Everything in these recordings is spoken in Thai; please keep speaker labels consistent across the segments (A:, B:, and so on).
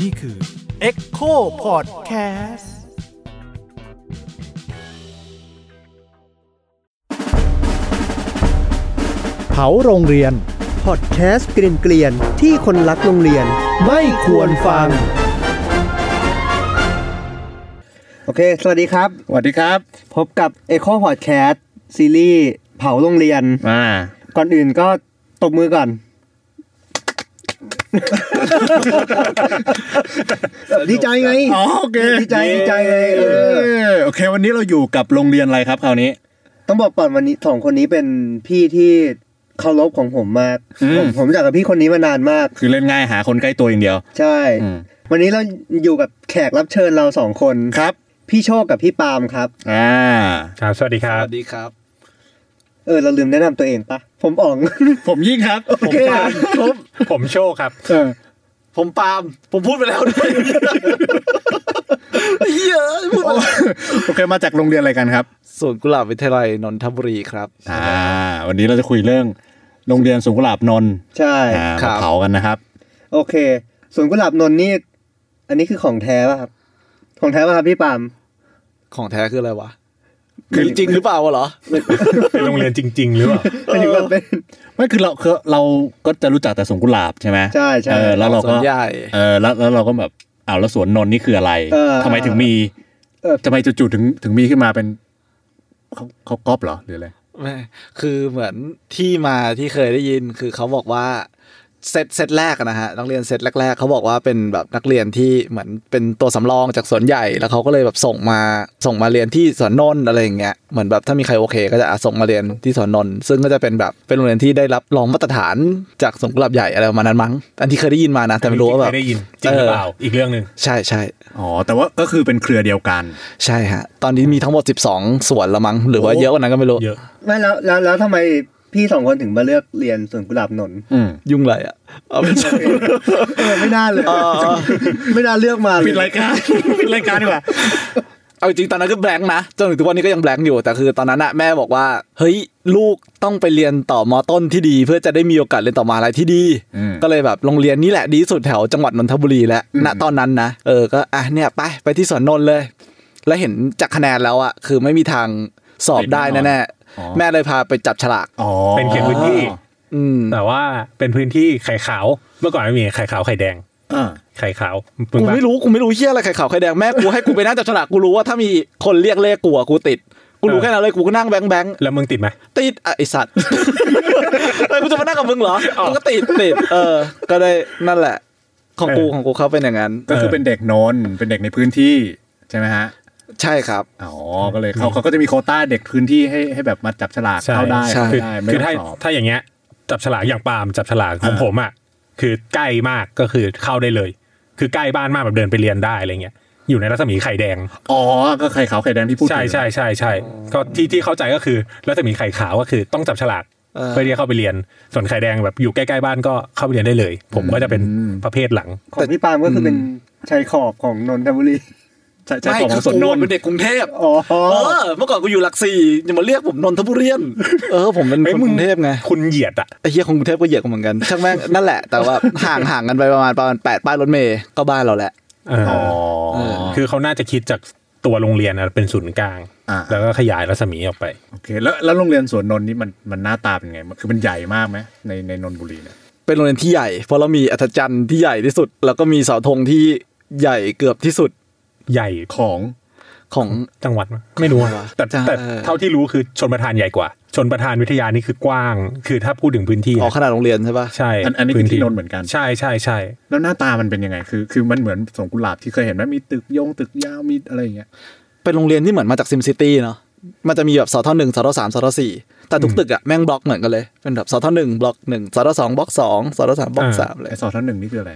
A: นี่คือ
B: Echo Podcast
C: เผาโรงเรียน
D: พอดแคสต์เกลียนๆที่คนรักโรงเรียน
C: ไม่ควรฟัง
D: โอเค สวัสดีครับ
E: สวัสดีครับ
D: พบกับ e c h o Podcast ซีรีส์เผาโรงเรียน
E: อ่า
D: ก่อนอื่นก็ตบมือก่อน ดีใจไง
E: อ๋อโอเค
D: ดีใจดีใจเลยเอ
E: เอ
D: อ
E: อโอเค วันนี้เราอยู่กับโรงเรียนอะไรครับคราวนี้
D: ต้องบอกก่อนวันนี้สองคนนี้เป็นพี่ที่เคารพของผมมาก
E: อืม
D: ผมผมรู้จากกับพี่คนนี้มานานมาก
E: คือเล่นง่ายหาคนใกล้ตัวอย่างเดียว
D: ใช่
E: อืม
D: วันนี้เราอยู่กับแขกรับเชิญเราสองคน
E: ครับ
D: พี่โชคกับพี่ปาล์มครับ
E: อ่า
F: ครับสวัสดีครับ
G: สวัสดีครับ
D: เออ เราลืมแนะนำตัวเองปะผมอ๋อง
E: ผมยิ่งครับ
D: โอเคครับ
F: ผมโชคครับ
D: เออ
G: ผมปาล์มผมพูดไปแล้วด้วยเหี้ยอะพูดไปแล้ว
E: โอเคมาจากโรงเรียนอะไรกันครับ
G: สวนกุหลาบวิทยาลัยนนทบุรีครับ
E: อ่า วันนี้เราจะคุยเรื่องโรงเรียนสวนกุหลาบนนท์
D: ใช่
E: อ่า
G: ครับ
E: มาเผากันนะครับ
D: โอเคสวนกุหลาบนนท์นี่ อันนี้คือของแท้ป่ะครับ ของแท้ป่ะครับพี่ปาล์ม
G: ของแท้คืออะไรวะคือจริงหรือเปล่าวะเหรอ
F: เป็นโรงเรียนจริง ๆ หรือเปล่า
D: หมายถึงแบบเป็น
E: ไม่คือเราคือเราก็จะรู้จักแต่สวนกุหลาบใช่ไหม
D: ใช่ใช่
E: เออแล้วเรา
G: ส
E: ก็
G: วนใหญ่
E: เออแล้วแล้วเราก็แบบอ้าวแล้วสวนนนท์นี่คืออะไร
D: เออ
E: ทำไมถึงมี
D: เออ
E: ทำไมจู่ๆถึงถึงมีขึ้นมาเป็นเขาเขาก๊อปเหรอหรืออะไร
G: แม่คือเหมือนที่มาที่เคยได้ยินคือเขาบอกว่าเซตเซตแรกอะนะฮะนักเรียนเซตแรก ๆเขาบอกว่าเป็นแบบนักเรียนที่เหมือนเป็นตัวสำรองจากสวนใหญ่แล้วเขาก็เลยแบบส่งมาส่งมาเรียนที่สวนนนท์อะไรอย่างเงี้ยเหมือนแบบถ้ามีใครโอเค ก็จะอ่ะส่งมาเรียนที่สวนนนท์ซึ่งก็จะเป็นแบบเป็นโรงเรียนที่ได้รับรองมาตรฐานจากสวนกุหลาบใหญ่อะไรประมาณนั้นมั้งอันที่เคยได้ยินมานะแต่ไม่รู้ว่าแบบ
F: ได้ยินจริงหรือเปล่า อีกเรื่องหนึ่ง
G: ใช่ใช่
E: อ๋อ แต่ว่าก็คือเป็นเครือเดียวกัน
G: ใช่ฮะตอนนี้มีทั้งหมด 12 สวนละมั้งหรือว่าเยอะกว่านั้นก็ไม่รู้
F: เยอะ
D: ไม่แล้วแล้วแล้วทำไมพี่สองคนถึงมาเลือกเรียนสวนกุหลาบน นท์
E: อืม
G: ยุ่งเลยอ่ะเอาเป็น
D: เออไม่น่าเลยไม่น่าเลือกมาเลย
E: ปิดรายการ ปิดรายการดีกว่า
G: เอาจริงๆตอนนั้นก็แบงค์นะจนถึงทุกวันนี้ก็ยังแบงค์อยู่แต่คือตอนนั้นอะแม่บอกว่า เฮ้ยลูกต้องไปเรียนต่อมอต้นที่ดี เพื่อจะได้มีโอกาสเรียนต่อมหาลัยที่ดี
E: อืม
G: ก็เลยแบบโรงเรียนนี้แหละดีที่สุดแถวจังหวัดนนทบุรีแล้วณตอนนั้นนะเออก็อ่ะเนี่ยไปไปที่สวนนนท์เลย แล้วเห็นจากคะแนนแล้วอะคือไม่มีทางสอบได้แน่ๆแม่เลยพาไปจับฉลาก
E: อ๋อ
F: เป็นเขตพื้นที่
G: อืม
F: แต่ว่าเป็นพื้นที่ไข่ขาว เมื่อก่อนไม่มีไข่ขาวไข่แดง
E: อ่า
F: ไข่ขาว
G: กูไม่รู้กูไม่รู้เฮี้ยอะไรไข่ขาวไข่แดงแม่กูให้กูไปนั่งจับฉลากกูรู้ว่าถ้ามีคนเรียกเลขกูอะกูติด กูรู้แค่นั้นเลยกูก็นั่งแบงค์แบงค์
F: แล้วมึงติดไหม
G: ติดอ่ะไอสัตว์ เฮ้ยกูจะมานั่งกับมึงเหรอกูก็ติดติด เออ ก็ได้นั่นแหละ ของกู
F: เออ
G: ของกูเขาเป็นอย่างนั้น
E: ก็คือเป็นเด็กโนนเป็นเด็กในพื้นที่ใช่ไหมฮะ
G: ใช่ครับ
E: อ๋อ ก็เลยเขาเขาก็จะมีโควต้าเด็กพื้นที่ให้ให้แบบมาจับฉลาก
F: ใช่
E: เข้าได้
G: ใช่
E: เข้า
F: คือ
E: ได้ไม่
F: คือ
E: ต้
F: ถ้า
E: องสอบ
F: ถ้าอย่างเงี้ย จับฉลากอย่างปาล์มจับฉลากของ
E: อ่า
F: ผมอ่ะ คือใกล้มากก็คือเข้าได้เลย คือใกล้บ้านมากแบบเดินไปเรียนได้อะไรเงี้ย อยู่ในรัศมีไข่แดง
E: อ๋อ ก็ไข่ขาวไข่แดงที่พูด
F: ใช่
E: ถึง
F: ใช่ใช่ใช่ก็ที่ที่เข้าใจก็คือแล้วจะมีไข่ขาวก็คือต้องจับฉลาก
G: เออ
F: เพื่อที่จะเข้าไปเรียน ส่วนไข่แดงแบบอยู่ใกล้ๆบ้านก็เข้าไปเรียนได้เลย ผมก็จะเป็นประเภทหลัง
D: ของพี่ปาล์มก็คือเป็นชายขอบของนนทบุรี
E: ใช่ใช่ของสวนนนท์
G: เป็นเด็กกรุงเทพ
D: อ๋อ
G: เออ เมื่อก่อนกูอยู่หลักสี่อย่ามาเรียกผมนนทบุรีนเออ ผมเป็น
F: เอ้ย
G: คน
F: มึ
G: ก
F: ง
G: รุงเทพไง
F: คุณเหยียดอ่ะ
G: ไอ้เฮียของกรุงเทพก็เหยียดกูเหมือนกันช่างแม่งนั่นแหละแต่ว่า ห่างห่างกันไปประมาณประมาณแปดป้ายรถเมย์ก็บ้านเราแหละ
F: เออ
E: อ๋อ
F: คือเขาน่าจะคิดจากตัวโรงเรียนอะเป็นศูนย์กลาง
E: อ่า
F: แล้วก็ขยายรัศมีออกไป
E: โอเค แล้วแล้วโรงเรียนสวนนนท์นี่มันมันหน้าตาเป็นไงมันคือมันใหญ่มากไหมในในนนทบุรีเนี่ย
G: เป็นโรงเรียนที่ใหญ่เพราะเรามีอัธจันทร์ที่ใหญ่ที่สุด แล้วก็มีเสาธงที่ใหญ่เกือบที่สุด
F: ใหญ่
E: ของ
G: ของ
F: จังหวัดมั้ยไม่รู้อะแต่
G: จ้ะ
F: แต่
G: เออ
F: เท่าที่รู้คือชนประธานใหญ่กว่า ชนประธานวิทยานี่คือกว้าง คือถ้าพูดถึงพื้นที่
G: อ๋อ
F: อะ
G: ขนาดโรงเรียนใช่ปะ
F: ใช่
E: อันอันนี้คือ
F: พื้
E: ที่นนท์เหมือนกัน
F: ใช่ใช่ใช่
E: แล้วหน้าตามันเป็นยังไง คือ คือมันเหมือนสวนกุหลาบที่เคยเห็นไหมมีตึกยงตึกยาว มีอะไรอย่างเงี้ย
G: เป็นโรงเรียนที่เหมือนมาจากซิมซิตี้เนาะ มันจะมีแบบสทหนึ่งสทสามสทสี่แต่ทุกตึกอะแม่งบล็อกเหมือนกันเลย เป็นแบบสทหนึ่งบล็อกหนึ่งสทสองบล็อกสองสทสามบล็อก
F: อ่า
G: สามเลย
E: ไอสอท่านหนึ่งนี่คืออะไร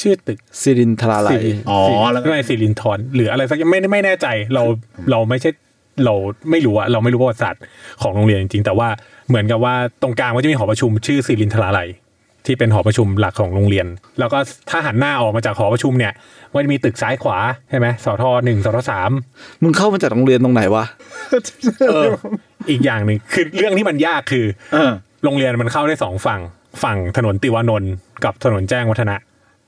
F: ชื่อตึก
G: สิรินทราลัย
E: อ๋อแล้วก็
F: ไม่สิรินทรหรืออะไรสักอย่างไม่ไม่แน่ใจเราเราไม่ใช่เราไม่รู้อะเราไม่รู้ประวัติศาสตร์ของโรงเรียนจริงๆแต่ว่าเหมือนกับว่าตรงกลางมันจะมีหอประชุมชื่อสิรินทราลัยที่เป็นหอประชุมหลักของโรงเรียน แล้วก็ถ้าหันหน้าออกมาจากหอประชุมเนี่ยมันจะมีตึกซ้ายขวาใช่ไหมสทหนึ่งสทสาม
G: มึงเข้ามาจากโรงเรียนตรงไหนวะ
F: อีกอย่างหนึ่งคือเรื่องที่มันยากคือ
E: เออ
F: โรงเรียนมันเข้าได้สองฝั่ง ฝั่งถนนติวานนท์กับถนนแจ้งวัฒนะ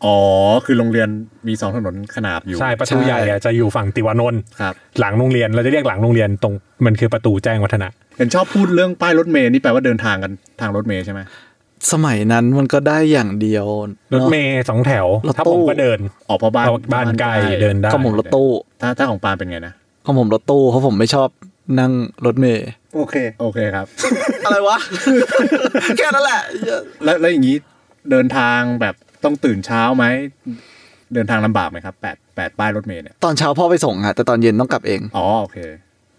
E: อ๋อ คือโรงเรียนมีสองถนนขนาบอยู่
F: ใช่ประตูใหญ่อะจะอยู่ฝั่งติวานนท์
E: ครับ
F: หลังโรงเรียนเราจะเรียกหลังโรงเรียนตรงมันคือประตูแจ้งวัฒนะ
E: เห็นชอบพูดเรื่องป้ายรถเมล์นี่แปลว่าเดินทางกันทางรถเมล์ใช่ไหม
G: สมัยนั้นมันก็ได้อย่างเดียว
F: ร
G: เนอะ
F: ถเมย์สองแถว
G: รถตู้
F: ถ้าผมก็เดิน
E: ออกเพราะบ้าน
F: เอาบ้านไกลเดินได้
G: ของผมรถตู้
E: ถ้าถ้าของปาล์มเป็นไงนะ
G: ของผมรถตู้เพราะผมไม่ชอบนั่งรถเมย์
D: โอเค
E: โอเคครับ
G: อะไรวะ แค่นั้นแหละ
E: แล้วแล้วอย่างนี้เดินทางแบบต้องตื่นเช้าไหม เดินทางลำบากไหมครับแปดแปดป้ายรถเมล์เนี่ย
G: ตอนเช้าพ่อไปส่งฮะแต่ตอนเย็นต้องกลับเอง
E: อ๋อโอเค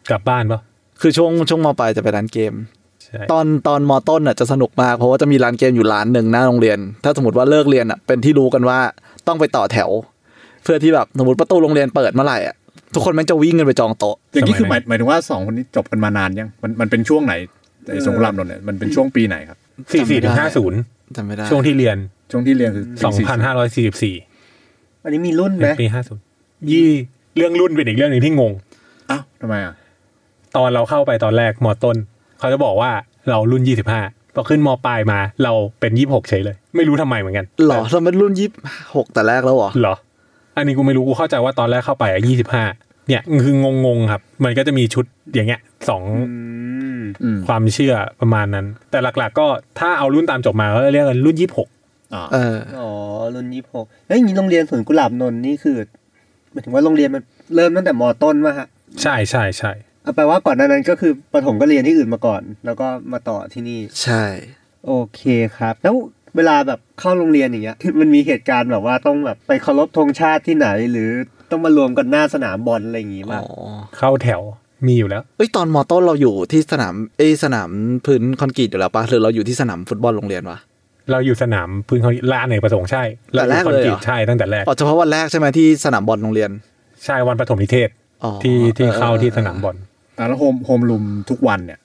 F: กลับบ้านปะ
G: คือช่วงช่วงมปลายจะไปร้านเกม
F: ใช่
G: ตอนตอนมต้นอ่ะจะสนุกมาก เพราะว่าจะมีร้านเกมอยู่ร้านหนึ่งหน้าโรงเรียน ถ้าสมมติว่าเลิกเรียนอ่ะเป็นที่รู้กันว่าต้องไปต่อแถว เพื่อที่แบบสมมติประตูโรงเรียนเปิดเมื่อไหร่อ่ะทุกคนแม่งจะวิ่งกันไปจองโต๊ะ
E: อย่างนี้คือหมายหมายถึงว่าสองคนนี้จบกันมานานยัง มันมันเป็นช่วงไหนไอ้สงครามนนท์เนี่ยมันเป็นช่วงปีไหนครับ
F: สี่สี่ถึ
G: จำไม่
F: ง
G: ได้
F: ห้าศูนย์
G: จำไม่ได้
F: ช่วงที่เรียน
E: ช่วงที่เรียนคือ
F: สองพันห้าร้อยสี่สิบสี่
D: อันนี้มีรุ่นไหม
F: ปีห้าศูนย์ยี่เรื่องรุ่นเป็นอีกเรื่องหนึ่งที่งง
E: อ้าวทำไมอ่ะ
F: ตอนเราเข้าไปตอนแรกมต้น เขาจะบอกว่าเรารุ่นยี่สิบห้าพอขึ้นมปลายมาเราเป็นยี่หกเฉยเลย ไม่รู้ทำไมเหมือนกัน
G: หรอเราเป็นรุ่นยี่หกแต่แรกแล้วเหรอ
F: เหรอ อันนี้กูไม่รู้กูเข้าใจว่าตอนแรกเข้าไปอ่ะยี่สิบห้าเนี่ยคืองงงๆครับ มันก็จะมีชุดอย่างเงี้ยสอง
D: อืม
E: อืม
F: ความเชื่อประมาณนั้น แต่หลักๆก็ถ้าเอารุ่นตามจบมาก็เรียกกันรุ่นยี่หก
E: อ่า
G: เออ
D: อ๋อรุ่นยี่หกแล้วอย่างนี้โรงเรียนสวนกุหลาบนนท์นี่คือหมายถึงว่าโรงเรียนมันเริ่มตั้งแต่มต้นมาฮะ
F: ใช่ใช่ใช่
D: เอาแปลว่าก่อนหน้านั้นก็คือประถมก็เรียนที่อื่นมาก่อน แล้วก็มาต่อที่นี่
G: ใช่
D: โอเคครับ แล้วเวลาแบบเข้าโรงเรียนอย่างเงี้ ย มันมีเหตุการณ์แบบว่าต้องแบบไปเคารพธงชาติที่ไหน หรือต้องมารวมกันหน้าสนามบอลอะไรอย่างงี้
G: อ๋
D: มา
G: อก
F: เข้าแถวมีอยู่แล้ว
G: เอ้ยตอนมต้นเราอยู่ที่สนามเอยสนามพื้นคอนกรีตอยู่แล้วปะหรือเราอยู่ที่สนามฟุตบอลโรงเรียนวะ
F: เราอยู่สนามพื้นเขาลานเอกประสงค์ใช่
G: แต่แรก
F: คอน
G: เลย
F: ก
G: เห
F: รี
G: รอ
F: ตใช่ตั้งแต่แรก
G: อ๋อเฉพาะวันแรกใช่ไหมที่สนามบอลโรงเรียน
F: ใช่วันปฐมนิเทศ
G: อ๋อ
F: ที่ที่
G: ออ
F: เข้าที่สนามบอล
E: อ่าแล้วโฮมโฮมรูมทุกวันเนี่ย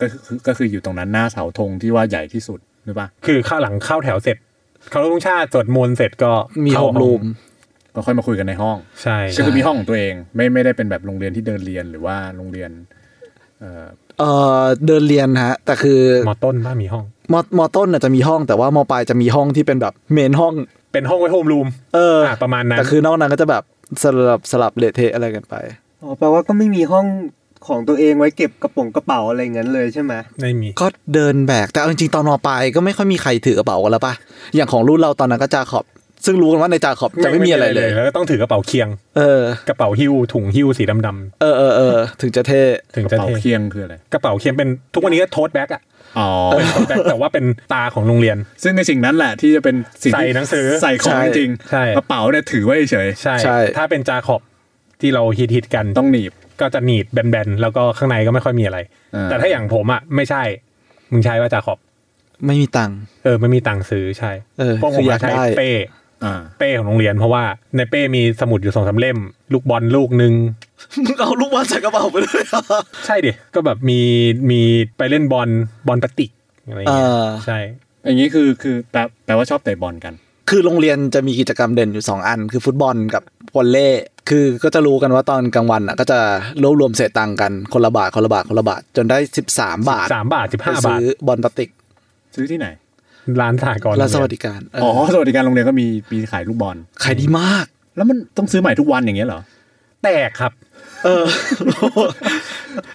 E: ก็คือก็คืออยู่ตรงนั้นหน้าเสาธงที่ว่าใหญ่ที่สุดหรือเปล่า
F: คือเข้าหลังเข้าแถวเสร็จ เขาลงชาติสวดมนต์เสร็จก็
G: มีโฮ
F: เข้าม
G: รูม
E: ก็ค่อยมาคุยกันในห้อง
F: ใช่
E: ก็คือมีห้องของตัวเอง ไม่ไม่ได้เป็นแบบโรงเรียนที่เดินเรียนหรือว่าโรงเรียน เอ่อ
G: เอ่อเดินเรียนฮะ แต่คือ
F: มอต้นบ้านมีห้อง
G: มมต้นน่ะจะมีห้องแต่ว่ามปลายจะมีห้องที่เป็นแบบเมนห้อง
F: เป็นห้องไว้โฮมรูม
G: เออ
F: อ่ะประมาณนั้น
G: แต่คือนอกนั้นก็จะแบบสลับสลับเละเทะอะไรกันไป
D: อ๋อแปลว่าก็ไม่มีห้องของตัวเองไว้เก็บกระป๋องกระเป๋าอะไรอย่างนั้นเลยใช่ไหม
F: ไม่มี
G: ก็เดินแบก แต่เอาจริงๆตอนมปลายก็ไม่ค่อยมีใครถือกระเป๋ากันแล้วปะอย่างของรุ่นเราตอนนั้นก็จาขอบ ซึ่งรู้กันว่าในจาขอบจะไม่มีอะไรเลย
F: แล้วก็ต้องถือกระเป๋าเคียง
G: เออ
F: กระเป๋าหิ้วถุงหิ้วสีดำ
G: เออเออเออถึงจะเท่
F: ๆถึง
E: กระ
F: จะ
E: เป๋า
F: เท่
E: เคียงคืออะไร
F: กระเป๋าเคียงเป็นทุกวันนี้ก็โทสแบ็กอะ
E: อ๋อ
F: เป็นคนแบ็คแต่ว่าเป็นตาของโรงเรียน
E: ซึ่งในสิ่งนั้นแหละที่จะเป็นสิ่งที่
F: ใส่หนังสือ
E: ใส่ของจริง
F: ใช่
E: กระเป๋าเนี่ยถือไว้เฉย
F: ใช่ ถ้าเป็นจาขอบที่เราฮิตฮิตๆกัน
E: ต้องหนีบ
F: ก็จะหนีบแบนๆ แล้วก็ข้างในก็ไม่ค่อยมีอะไร
E: อ่า
F: แต่ถ้าอย่างผมอ่ะไม่ใช่ มึงใช้ว่าจาขอบ
G: ไม่มีตังค์
F: เออไม่มีตังค์ซื้อใช่
G: เออ
F: พวกผม
G: คืออยา
F: จะ
G: ก
F: ใช้
G: ได้
F: เป้
E: อ่า
F: เป้ของโรงเรียนเพราะว่าในเป้มีสมุดอยู่สองสามเล่ม ลูกบอลลูกหนึ่ง
G: มึงเอาลูกบอลใส่กระเป๋าไปเลยเหรอ
F: ใช่ดิก็แบบมีมีไปเล่นบอลบอลปฏิกอะไรอย่างเงี้ย
G: อ่า
F: ใช่
E: อย่างนี้คือคือแปลแปลว่าชอบเตะบอลกัน
G: คือโรงเรียนจะมีกิจกรรมเด่นอยู่ 2 อัน คือฟุตบอลกับวอลเล่คือก็จะรู้กันว่าตอนกลางวันอ่ะก็จะรวบรวมเศษตังค์กันคนละบาทคนละบาทคนละบาท จนได้ 13 บาท
F: สามบาทสิบ
G: ไป
F: ห้าบาท
G: ซื้อบอลปติก
E: ซื้อที่ไหน
F: ร้านสหกรณ์
G: และส
F: โรงเรียน
G: วัสดิการเออ
E: อ๋
G: อ
E: อสวัสดิการโรงเรียนก็มีมีขายลูกบอล
G: ขายดีมาก
E: แล้วมันต้องซื้อใหม่ทุกวันอย่างเงี้ยเหรอ
F: แตกครับ
G: เออ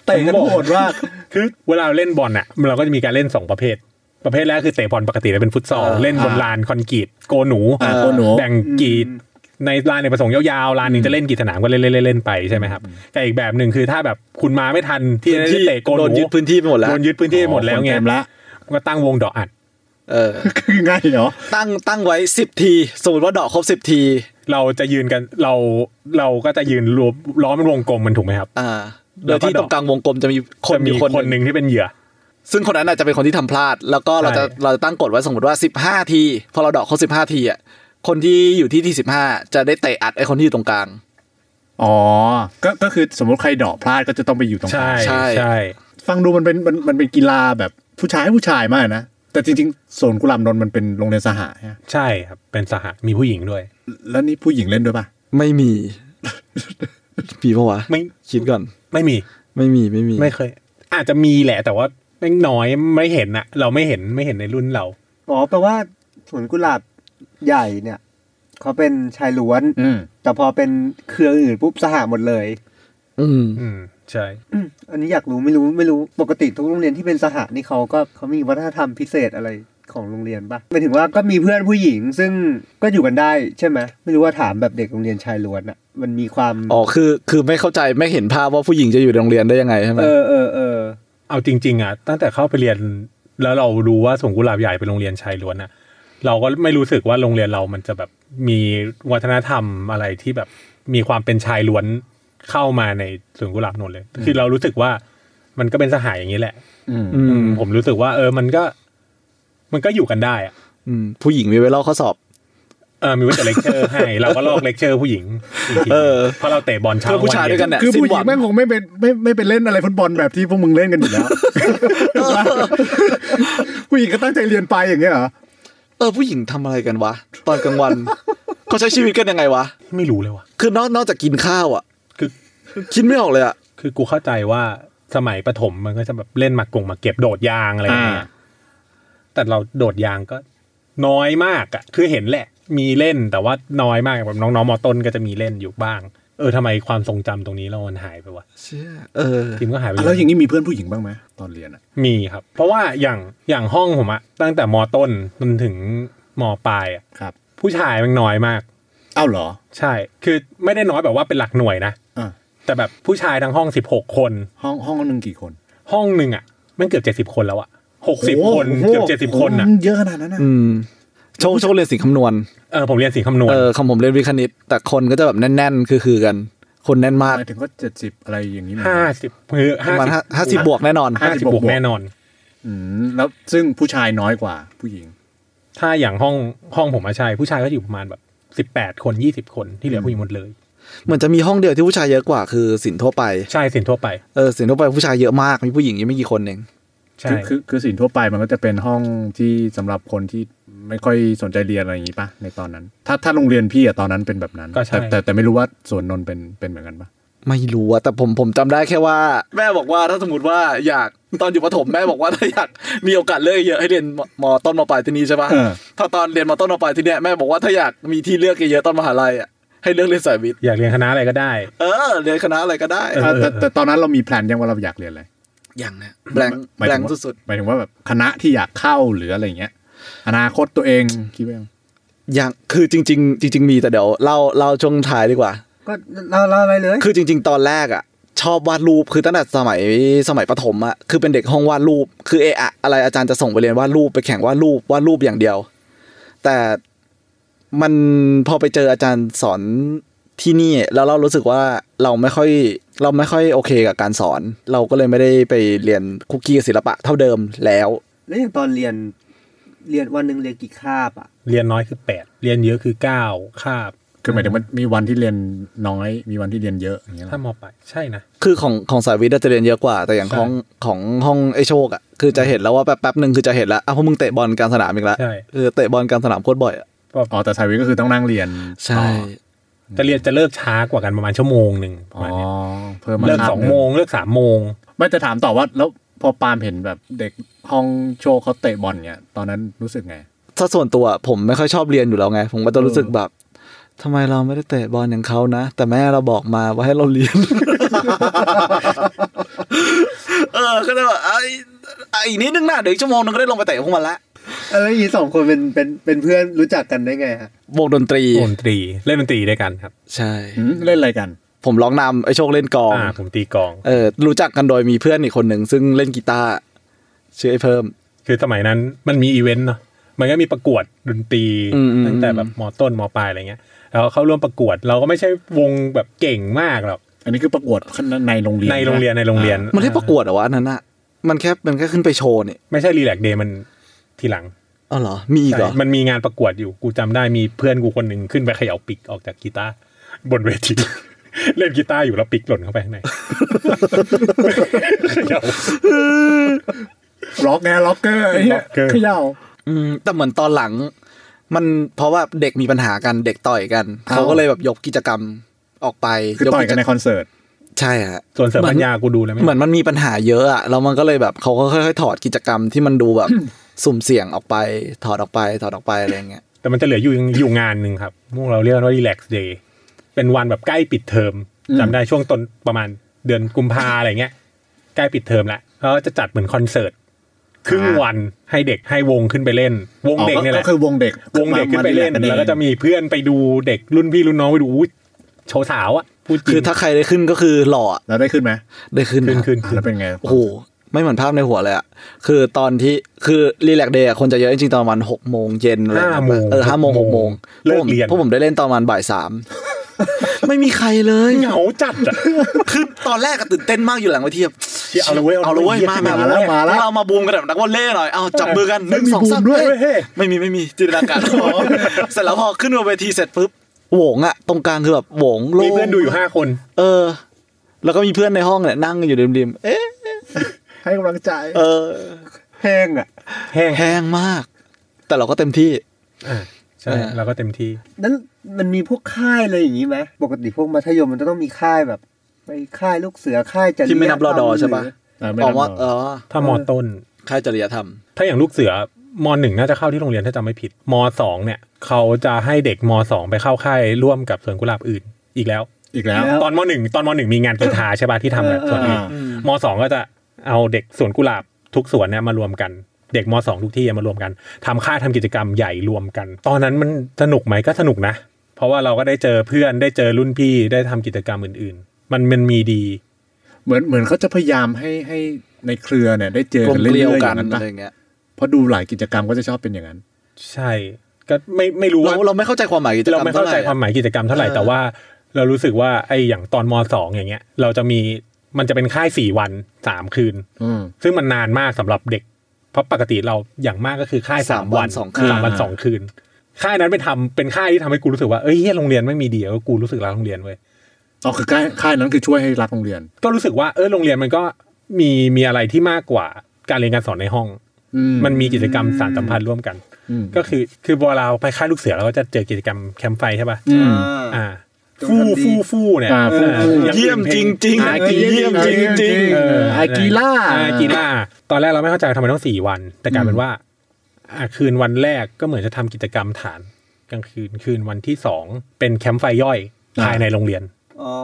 E: เตะกันโหดว่า
F: คือเวลาเราเล่นบอลน่ะเราก็จะมีการเล่นสองประเภท ประเภทแรกคือเตะบอลปกติแล้วเป็นฟุตซอลเล่นบนลานคอนกรีตโกหนู
E: อ่าโคหนู
F: แบ่งกรีดในลานในประสงค์ยาวๆลานหนึ่งจะเล่นกี่สนามก็เล่นๆๆๆไปใช่ไหมครับแต่อีกแบบหนึ่งคือถ้าแบบคุณมาไม่ทันที่จะได้เตะโกหนู
G: โดนยึดพื้นที่ไปหมดแล้ว
F: โดนยึดพื้นที่ไปหมดแล้วไง
E: คนเต็มละ
F: ก็ตั้งวงดอกอัด
G: เออ
E: คือ ง่ายเหรอ
G: ตั้งตั้งไว้ 10 ที สมมติว่าดอกครบ 10 ที
F: เราจะยืนกันเราเราก็จะยืนรวมล้อมเป็นวงกลมมันถูกไหมครับ
G: อ่า
F: แล้
G: โดยว
F: ก็
G: ที่
F: ด
G: ต
F: อก
G: รงกลางวงกลมจะมีคน
F: จะ
G: อ
F: มี
G: ยู่
F: ค
G: คน น
F: ห
G: ห
F: นึ่
G: นึ่
F: ง
G: ง
F: ที่เป็นเหยื่อ
G: ซึ่งคนนั้นอาจจะเป็นคนที่ทำพลาด แล้วก็เราจะ
F: ใช่
G: เราจะตั้งกฎไว้สมมติว่า 15 ที พอเราดอกครบ15 ทีอ่ะคนที่อยู่ที่ที่ 15 จะได้เตะอัดไอ้คนที่อยู่ตรงกลาง
E: อ๋อก็ก็คือสมมติใครเดอกพลาดก็จะต้องไปอยู่ตรงกลาง
F: ใช่
G: ใช่
F: ใช่
E: ฟังดูมันเป็นมันมันเป็นกีฬาแบบผู้ชายผู้ชายมากนะแต่จริงๆสวนกุหลาบนนท์มันเป็นโรงเรียนสหะฮะ
F: ใช่ครับเป็นสหะมีผู้หญิงด้วย
E: แล้วนี่ผู้หญิงเล่นด้วยป่ะ
G: ไม่มี มีปะวะ
F: ไม่
G: คิดก่อน
F: ไม่มี
G: ไม่มีไม่มี
F: ไม่เคย อาจจะมีแหละแต่ว่าแม่งน้อยไม่เห็นอะเราไม่เห็นไม่เห็นในรุ่นเรา
D: อ๋อแปลว่าสวนกุหลาบใหญ่เนี่ยเขาเป็นชายล้วน
E: อืม
D: แต่พอเป็นเครืออื่นปุ๊บสหหมดเลย
G: อืม
F: อืมใช่
D: อืมอันนี้อยากรู้ไม่รู้ไม่รู้ปกติทุกโรงเรียนที่เป็นสหะนี่เขาก็เขามีวัฒนธรรมพิเศษอะไรของโรงเรียนปะหมายถึงว่าก็มีเพื่อนผู้หญิงซึ่งก็อยู่กันได้ใช่ไหมไม่รู้ว่าถามแบบเด็กโรงเรียนชายล้วนอะมันมีความ
G: อ๋อ คือ คือไม่เข้าใจไม่เห็นภาพว่าผู้หญิงจะอยู่ในโรงเรียนได้ยังไงใช่ไหม
D: เออเออเออ
F: เอาจริง ๆอ่ะตั้งแต่เข้าไปเรียนแล้วเรารู้ว่าสวนกุหลาบใหญ่เป็นโรงเรียนชายล้วนอ่ะ เราก็ไม่รู้สึกว่าโรงเรียนเรามันจะแบบมีวัฒนธรรมอะไรที่แบบมีความเป็นชายล้วนเข้ามาในสวนกุหลาบนนท์เลย คือเรารู้สึกว่ามันก็เป็นสหายอย่างนี้แหละ
E: อืม
G: อื
F: อื
G: ม
F: มผมรู้สึกว่า เออมันก็ มันก็อยู่กันได้อะ
G: อืมผู้หญิงมีไว้ลอกข้อสอบ
F: เออมีไว่าแต่เลคเชอร์ให้ เราก็ลอกเลคเชอร์ผู้หญิงอีกที
G: เออ
F: เพราะเราเตะบอลเช้า
G: เพื่อนผู้ชายด้วยกัน
F: เ
G: เนี่ย
E: คือ
G: สิ้
E: ผู้
G: น
E: ห
G: ห
E: ญิ
G: วั
E: ง
G: ง
E: แม่งคงไม่เป็นไม่ไม่ไปเล่นอะไรฟุตบอลแบบที่พวกมึงเล่นกันอยู่แล้ว ผู้หญิงก็ตั้งใจเรียนไปอย่างเงี้ยเหรอ
G: เออ ผู้หญิงทำอะไรกันวะ ตอนกลางวัน เขาใช้ชีวิตกันยังไงวะ
F: ไม่รู้เลยว่ะ
G: คือนอกนอกจากกินข้าวอ่ะ
F: คือ
G: คิดไม่ออกเลยอ่ะ
F: คือกูเข้าใจว่าสมัยประถมมันก็จะแบบเล่นหมากกงหมากเก็บโดดยางอะไรอย่างเงี้ย แต่เราโดดยางก็น้อยมากอะคือเห็นแหละ มีเล่นแต่ว่าน้อยมากแบบน้องๆมอต้นก็จะมีเล่นอยู่บ้าง เออทำไมความทรงจำตรงนี้เรามันหายไปวะ
G: เชี่ย เออ
F: ทีมก็หายไปเะ
E: แล้วอย่างนี้มีเพื่อนผู้หญิงบ้างไหมตอนเรียนอ่ะ
F: มีครับ เพราะว่าอย่างอย่างห้องผมอะตั้งแต่มอต้นจนถึงมอปลายอะ
E: ครับ
F: ผู้ชายมันน้อยมาก
E: เอ้าเหรอ
F: ใช่ คือไม่ได้น้อยแบบว่าเป็นหลักหน่วยนะ
E: อ่า
F: แต่แบบผู้ชายทั้งห้องสิบหกคน
E: ห้องห้องหนึ่งกี่คน
F: ห้องหนึ่งอ่ะมันเกือบเจ็ดสิบ70 คนแล้วอ่ะหกสิบ
E: โอ้
F: คน
E: โห
F: เกือบเจ็ดสิบ70 คนอ่ะ
E: เยอะขนาดนั้นนะ
G: อืม โชคโชคเรียนสิ่งคำนวณ
F: เออผมเรียนสิ่งคำนวณ
G: เออของผมเรียนวิทย์คณิต แต่คนก็จะแบบแน่นๆ คือคือๆกัน คนแน่นมาก
E: หมายถึงก็เจ็ดสิบอะไรอย่างนี้มั้ย
F: ห้าสิบคือ
G: ป
F: ห้า
G: ระมาณ
F: สิบ
G: ห้าสิบบวกแน่นอน
F: ห้าสิบบวกแน่นอน
E: อืมแล้วซึ่งผู้ชายน้อยกว่าผู้หญิง
F: ถ้าอย่างห้องห้องผมอาชัยผู้ชายก็อยู่ประมาณแบบสิบแปดคนยี่สิบคนที่เหลือผู้หญิงหมดเลย
G: เหมือนจะมีห้องเดียวที่ผู้ชายเยอะกว่าคือสินทั่วไป
F: ใช่สินทั่วไป
G: เออสินทั่วไปผู้ชายเยอะมาก มีผู้หญิงยังไม่กี่คนเอง
F: ใช่
E: คือคือคือสินทั่วไปมันก็จะเป็นห้องที่สำหรับคนที่ไม่ค่อยสนใจเรียนอะไรอย่างนี้ปะในตอนนั้น ถ้าถ้าโรงเรียนพี่อะตอนนั้นเป็นแบบนั้น
F: ก็ใช่
E: แต่แต่แต่ไม่รู้ว่าสวนนนท์เป็นเป็นเหมือนกันปะ
G: ไม่รู้อะแต่ผมผมจำได้แค่ว่า แม่บอกว่าถ้าสมมติว่าอยากตอนอยู่ประถมแม่บอกว่าถ้าอยากมีโอกาสเลือกเยอะให้เรียนมมต้นมปลายที่นี่ใช่ปะถ้าตอนเรียนมต้นมปลายที่เนี่ยแม่บอกว่าถ้าอยากมีที่เลือกเยอะๆตอนมหาลัยอะให้เลือกเรียนสายวิทย์
F: อยากเรียนคณะอะไรก็ได้
G: เออเรียนคณะอะไรก็ได้
F: เออ
E: แต่แต่แต่ตอนนั้นเรามีแพลนยังว่าเราอยากเรียนอะไร
G: อย่างเนี้ยแบง
E: หมาย
G: แบ
E: ถึ
G: ง
E: งว่า
G: สุด
E: หมายถึงว่าแบบคณะที่อยากเข้าหรืออะไรอย่างเงี้ย อนาคตตัวเองคิดว่ายัง
G: ๆอย่างคือจริง ๆ จริง ๆ มีแต่เดี๋ยวเล่าเล่าช่วงท้ายดีกว่า
D: ก็เราเราอะไรเลย
G: คือจริง ๆ ตอนแรกอ่ะ ชอบวาดรูปคือตั้งแต่สมัยสมัยประถมอ่ะคือเป็นเด็กห้องวาดรูป คือเอะอะอะไรอาจารย์จะส่งไปเรียนวาดรูปไปแข่งวาดรูปวาดรูปอย่างเดียว แต่มันพอไปเจออาจารย์สอนที่นี่แล้วเรารู้สึกว่าเราไม่ค่อยเราไม่ค่อยโอเคกับการสอน เราก็เลยไม่ได้ไปเรียนคุกกี้กับศิลปะเท่าเดิมแล้ว
D: แล้วอย่างตอนเรียนเรียนวันหนึ่งเรียนกี่คาบอ่ะ
F: เรียนน้อยคือแปดเรียนเยอะคือเก้าคาบ
E: คือหมายถึงมันมีวันที่เรียนน้อย มีวันที่เรียนเยอะอย่างเงี้ยเหรอ
F: ถ้ามอไปลายใช่นะ
G: คือของของสายวิทย์อะจะเรียนเยอะกว่า แต่อย่าง
F: ใช่
G: ของของห้องไอโชคอ่ะคือจะเห็นแล้วว่าแป๊บแป๊บหนึ่งคือจะเห็นแล้วอ่ะพวกมึงเตะบอลกลางสนามอีกแล้ว
F: ใช่
G: คือเตะบอลกลางสนามโคตรบ่อยอะ
E: อ๋อแต่สายวิทย์ก็คือต้องนั่งเรียน
G: ใช่
F: จะเรียนจะเลิกช้ากว่ากันประมาณชั่วโมงหนึ่งป
E: อ๋
F: ระ
E: อ
F: มาณเนี้ย
E: เพิ่มมา
F: เลิก
E: คาบ
F: สอง
E: หนึ่
F: โมงเลิกสามโมง
E: ไม่จะถามต่อว่าแล้วพอปาล์มเห็นแบบเด็กห้องโชว์เขาเตะบอลเนี่ยตอนนั้นรู้สึกไง
G: ถ้าส่วนตัวผมไม่ค่อยชอบเรียนอยู่แล้วไง ผมก็จะรู้สึกแบบทำไมเราไม่ได้เตะบอลอย่างเขานะ แต่แม่เราบอกมาว่าให้เราเรียน เออก็เลยแบบไอ้ไอ้อีกนิดนึงนะเดี๋ยวอีกชั่วโมงนึงก็ได้ลงไปเตะพวกมันละ
D: เออแล้วอีสองคนเป็นเป็นเป็นเพื่อนรู้จักกันได้ไงฮะ
G: วงดนตรี
F: ดนตรีเล่นดนตรีด้วยกันครับ
G: ใช่
E: เล่นอะไรกัน
G: ผมร้องนำไอ้โชคเล่นกลอง
F: อ่าผมตีกลอง
G: เออรู้จักกันโดยมีเพื่อนอีกคนหนึ่งซึ่งเล่นกีตาร์ชื่อไอ้เพิ่ม
F: คือสมัยนั้นมันมีอีเวนต์เนาะมันก็มีประกวดดนตรี
G: อืมอืม
F: ตั้งแต่แบบมอต้นมอปลายอะไรเงี้ยแล้วเข้าร่วมประกวดเราก็ไม่ใช่วงแบบเก่งมากหรอก
E: อันนี้คือประกวดในโรงเรียน
F: ในโรงเรียนในโรงเรียน
G: มันได้ประกวดเหรอวะอันนั้นอะมันแค่มันแค่ขึ้นไปโชว์เนี่ย
F: ไม่ใช่รีแลกเดย์มันทีหลัง
G: อ๋อเหรอมีอีกเหรอ
F: ใช่มันมีงานประกวดอยู่กูจำได้มีเพื่อนกูคนหนึ่งขึ้นไปเขย่าปิกออกจากกีตาร์บนเวที เล่นกีตาร์อยู่แล้วปิกหล่นเข้าไป ข้างในเขย่า
E: ล็อกแงล็อกเกอร์ไอ้เหี้ย
F: ล็อกเกอร์
E: เขย่า
G: อืมแต่เหมือนตอนหลัง มันเพราะว่าเด็กมีปัญหากันเด็กต่อยกัน
E: อ้าว
G: เขาก็เลยแบบยกกิจกรรมออกไป
E: คือต่อยกันในคอนเสิร์ต
G: ใช่ฮะ
F: ส่วนเสริมปัญญากูดูแล้วไม่
G: เหมือนมันมีปัญหาเยอะอะแล้วมันก็เลยแบบเขาก็ค่อยๆถอดกิจกรรมที่มันดูแบบ สุ่มเสี่ยงออกไป ถอดออกไป ถอดออกไปอะไรอย่างเงี้ย
F: แต่มันจะเหลืออยู่อยู่งานหนึ่งครับพวกเราเรียกว่า relax day เป็นวันแบบใกล้ปิดเทอมจำได้ช่วงต้นประมาณเดือนกุมภาอะไรเงี้ย ใกล้ปิดเทอมแล้วแล้วก็จะจัดเหมือนคอนเสิร์ตครึ่งวันให้เด็กให้วงขึ้นไปเล่น วงเด็กเนี่ยแหละ
E: ก็คือวงเด็ก
F: วงเด็กขึ้นไปเล่น
E: มารีย
F: แล้วก็จะมีเพื่อนไปดูเด็กรุ่นพี่รุ่นน้องไปดูอุ๊ยโชว์สาวอะพูดจริง
G: คือถ้าใครได้ขึ้นก็คือหล่ออะ
E: แล้วได้ขึ้นไหม
G: ได้ขึ้น
F: ขึ้น
G: นะ
F: ขึ้น
E: อ่ะ
F: ขึ้น
E: แล้วเป็นไง
G: โอ้โหไม่เหมือนภาพในหัวเลยอะคือตอนที่คือรีแลกเดย์คนจะเยอะจริงๆตอนประมาณหกโมงเย็นอะไรอย่าง
F: ห้าโมง
G: เงี้ยเออห้าโมงหกโมง
F: เลิกเรียน
G: พวกผมได้เล่นตอนประมาณบ่าย สามไม่มีใครเลย
F: เหงาจัดอะ
G: คือตอนแรกก็ตื่นเต้นมากอยู่หลังเวทีแบบ
F: เชี่ยเอาละเว้ย
G: เอา
F: เอา
G: ละ
F: ละเว้
G: เว้ย
F: ย
G: มา
F: เหี้ย
G: มา
F: มาแล้วมาแล้
G: แล้วมาแล้ว
F: ว
G: เรามาบูมกันแบบนักวอลเล่หน่อยเอาจับมือกันหนึ่ง
F: มี
G: สองสาม
F: บูมด้วย
G: เอ้
F: เว้ย
G: ไม่มีไม่มีจินตนาการ เสร็จแล้วพอขึ้นบนเวทีเสร็จปุ๊บโหวงอะตรงกลางคือแบบโหวงโล่
F: มี
G: ง
F: เพื่อนดูอยู่ห้าคน
G: เออ แล้วก็มีเพื่อนในห้องเนี่ยนั่งกันอยู่ริมๆเอ๊ะ
E: ให้กำลังใจ
G: เออ
D: แห้งอ่ะ
F: แห้ง
G: แพงมาก แต่เราก็เต็มที่
F: อ่ะใช่
G: เออ
F: เราก็เต็มที่
D: นั้นมันมีพวกค่ายอะไรอย่างนี้ไหมปกติพวกมัธยมมันจะต้องมีค่ายแบบไปค่ายลูกเสือค่ายจัน
G: ที่ไม่นับรอดอใช่ปะ
E: อ่ะไม่
G: อ
E: นั
G: อบ กว่า
E: หร
G: เอ
E: อก
G: อ
F: ถ้ามอต้น
G: ค่ายจริยธรรม
F: ถ้าอย่างลูกเสือมหนึ่งน่าจะเข้าที่โรงเรียนถ้าจำไม่ผิดมสองเนี่ย เขาจะให้เด็กมสองไปเข้าค่ายร่วมกับสวนกุหลาบอื่นอีกแล้ว
E: อีกแล้ว
F: ตอนมหนึ่งตอนมหนึ่งมีงานประชาใช่ป่ะที่ทำกับสวนนี้
E: เออเออ
F: มสองก็จะเอาเด็กสวนกุหลาบทุกสวนเนี่ยมารวมกัน เด็กมสองทุกที่มารวมกันทำค่ายทำกิจกรรมใหญ่รวมกัน ตอนนั้นมันสนุกไหมก็สนุกนะ เพราะว่าเราก็ได้เจอเพื่อนได้เจอรุ่นพี่ได้ทำกิจกรรมอื่นๆ มันมันมีดี
E: เหมือนเหมือนเขาจะพยายามให้ให้ในเครือเนี่ยได้เจอก
G: ลม
E: กันเรื่
G: เกลียว
E: อยๆอ
G: กั
E: ย่าน งนั้น
G: อะ
E: ปะ
G: ไรอย่างเงี้ย
E: เพราะดูหลายกิจกรรมก็จะชอบเป็นอย่างนั้น
F: ใช่ ก็ไม่ไม่รู้
G: เรา
F: ว่า
G: เราไม่เข้าใจความหมายกิจกรรม
F: เราไม่เข้าใจ
G: ท่หร่
F: ความหมายกิจกรรมเท่าไหร่
G: เออ
F: แต่ว่าเรารู้สึกว่าไอ้อย่างตอนมสองอย่างเงี้ย เราจะมีมันจะเป็นค่ายสี่วันสามคืน
E: อืม
F: ซึ่งมันนานมากสำหรับเด็ก เพราะปกติเราอย่างมากก็คือค่าย
G: สา
F: สาม ม
G: วั
F: วัน น
G: สองคืน
F: สามวันสองคืน ค่ายนั้นไปทำเป็นค่ายที่ทำให้กูรู้สึกว่าเอ้ยเฮียโรงเรียนไม่มีดีก็กูรู้สึกรักโรงเรียนเว้ย
E: อ๋อคือค่ายค่ายนั้นคือช่วยให้รักโรงเรียน
F: ก็รู้สึกว่าเออโรงเรียนมันก็มีมีอะไรที่มากกว่าการเรียนการสอนในห้อง
E: อื
F: มันมีกิจกรรมสารสัมพันธ์ร่วมกัน
E: อืม
F: ก็คือคือเวลาเราไปค่ายลูกเสือเราก็จะเจอกิจกรรมแคมป์ไฟใช่ป่ะ
E: อืม
F: อ่า ฟู่ฟู่ฟู่เนี่ย
E: อ่าฟู่
F: อ่า
E: ฟู่
F: อางอื่น
G: เยี่ยมจริงจริง
E: อา
G: ๆ
E: กิ
G: เยี่ยมจริงจริง
E: เอออากิล่า
F: อากีฬาตอนแรกเราไม่เข้าใจว่าทำไมต้องสี่วัน แต่กลายเป็นว่าอ่าคืนวันแรกก็เหมือนจะทำกิจกรรมฐานกลางคืนคืนวันที่สองเป็นแคมป์ไฟย่อยภายในโรงเรียน
D: อ๋อ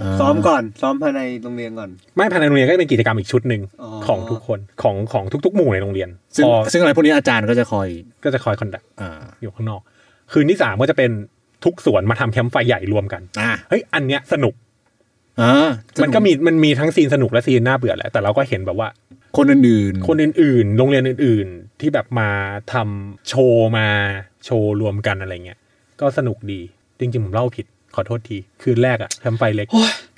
D: อา ซ้อมก่อน ซ้อมภายในโรงเรียนก่อน
F: ไม่ภายในโรงเรียนก็จะเป็นกิจกรรมอีกชุดหนึ่ง
D: อ๋อ
F: ของทุกคนของของทุก ๆ หมู่ในโรงเรียน
E: ซึ่ง
F: พอ
E: ซึ่งอะไรพวกนี้อาจารย์ก็จะคอย
F: ก็จะคอยคอนดัก
E: อ่า
F: อยู่ข้างนอก คืนที่สามก็จะเป็นทุกสวนมาทำแคมป์ไฟใหญ่รวมกัน
E: อ่า
F: เฮ้ยอันเนี้ยสนุก
E: อ่ามั
F: มันก็มีมันมีทั้งซีนสนุกและซีนน่าเบื่อแหละแต่เราก็เห็นแบบว่า
E: คนอื่น
F: คนอื่นๆ โรงเรียนอื่นๆ ที่แบบมาทำโชว์มาโชว์รวมกันอะไรเงี้ย ก็สนุกดี จริงๆ ผมเล่าผิด ขอโทษที คืนแรกอะแคมป์ไฟเล็ก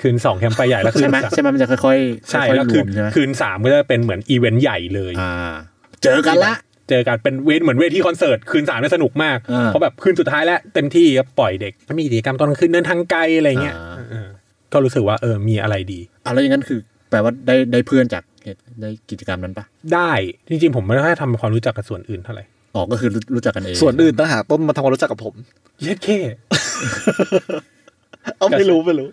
F: คืนสองแคมป์ไฟใหญ่แล้วคื
E: ใช่
F: น
E: ไหม
F: สาม
E: ใช่ไหมมันจะค่อยๆค่อย
F: ใช่
E: ๆ
F: แล้วคืน
E: รมใช่ไหม
F: คืนสามก็จะเป็นเหมือนอีเวนต์ใหญ่เลย
E: อ่า เจอกันละ
F: เจอกันเป็นเวทเหมือนเวทีคอนเสิร์ตคืนสามเนี่ยสนุกมาก
E: อ่า
F: เพราะแบบคืนสุดท้ายแล้วเต็มที่ก็ปล่อยเด็กมีกิจกรรมตอนกลางคืนเดินทางไกลอะไรเงี้ยเออก็รู้สึกว่าเออมีอะไรดี
E: อ่าแล้วอย่างนั้นคือแปลว่าได้ได้เพื่อนจากเหตุได้กิจกรรมนั้นปะ
F: ได้จริงๆ ผมไม่ได้ทำความรู้จักกับส่วนอื่นเท่าไหร่
E: อ๋อก็คือรู้รู้จักกันเอง
G: ส่วนอื่นต่างหากต้นมาทำความรู้จักกับผม
F: เย็ดเค
G: เอาไม่รู้ไม่รู้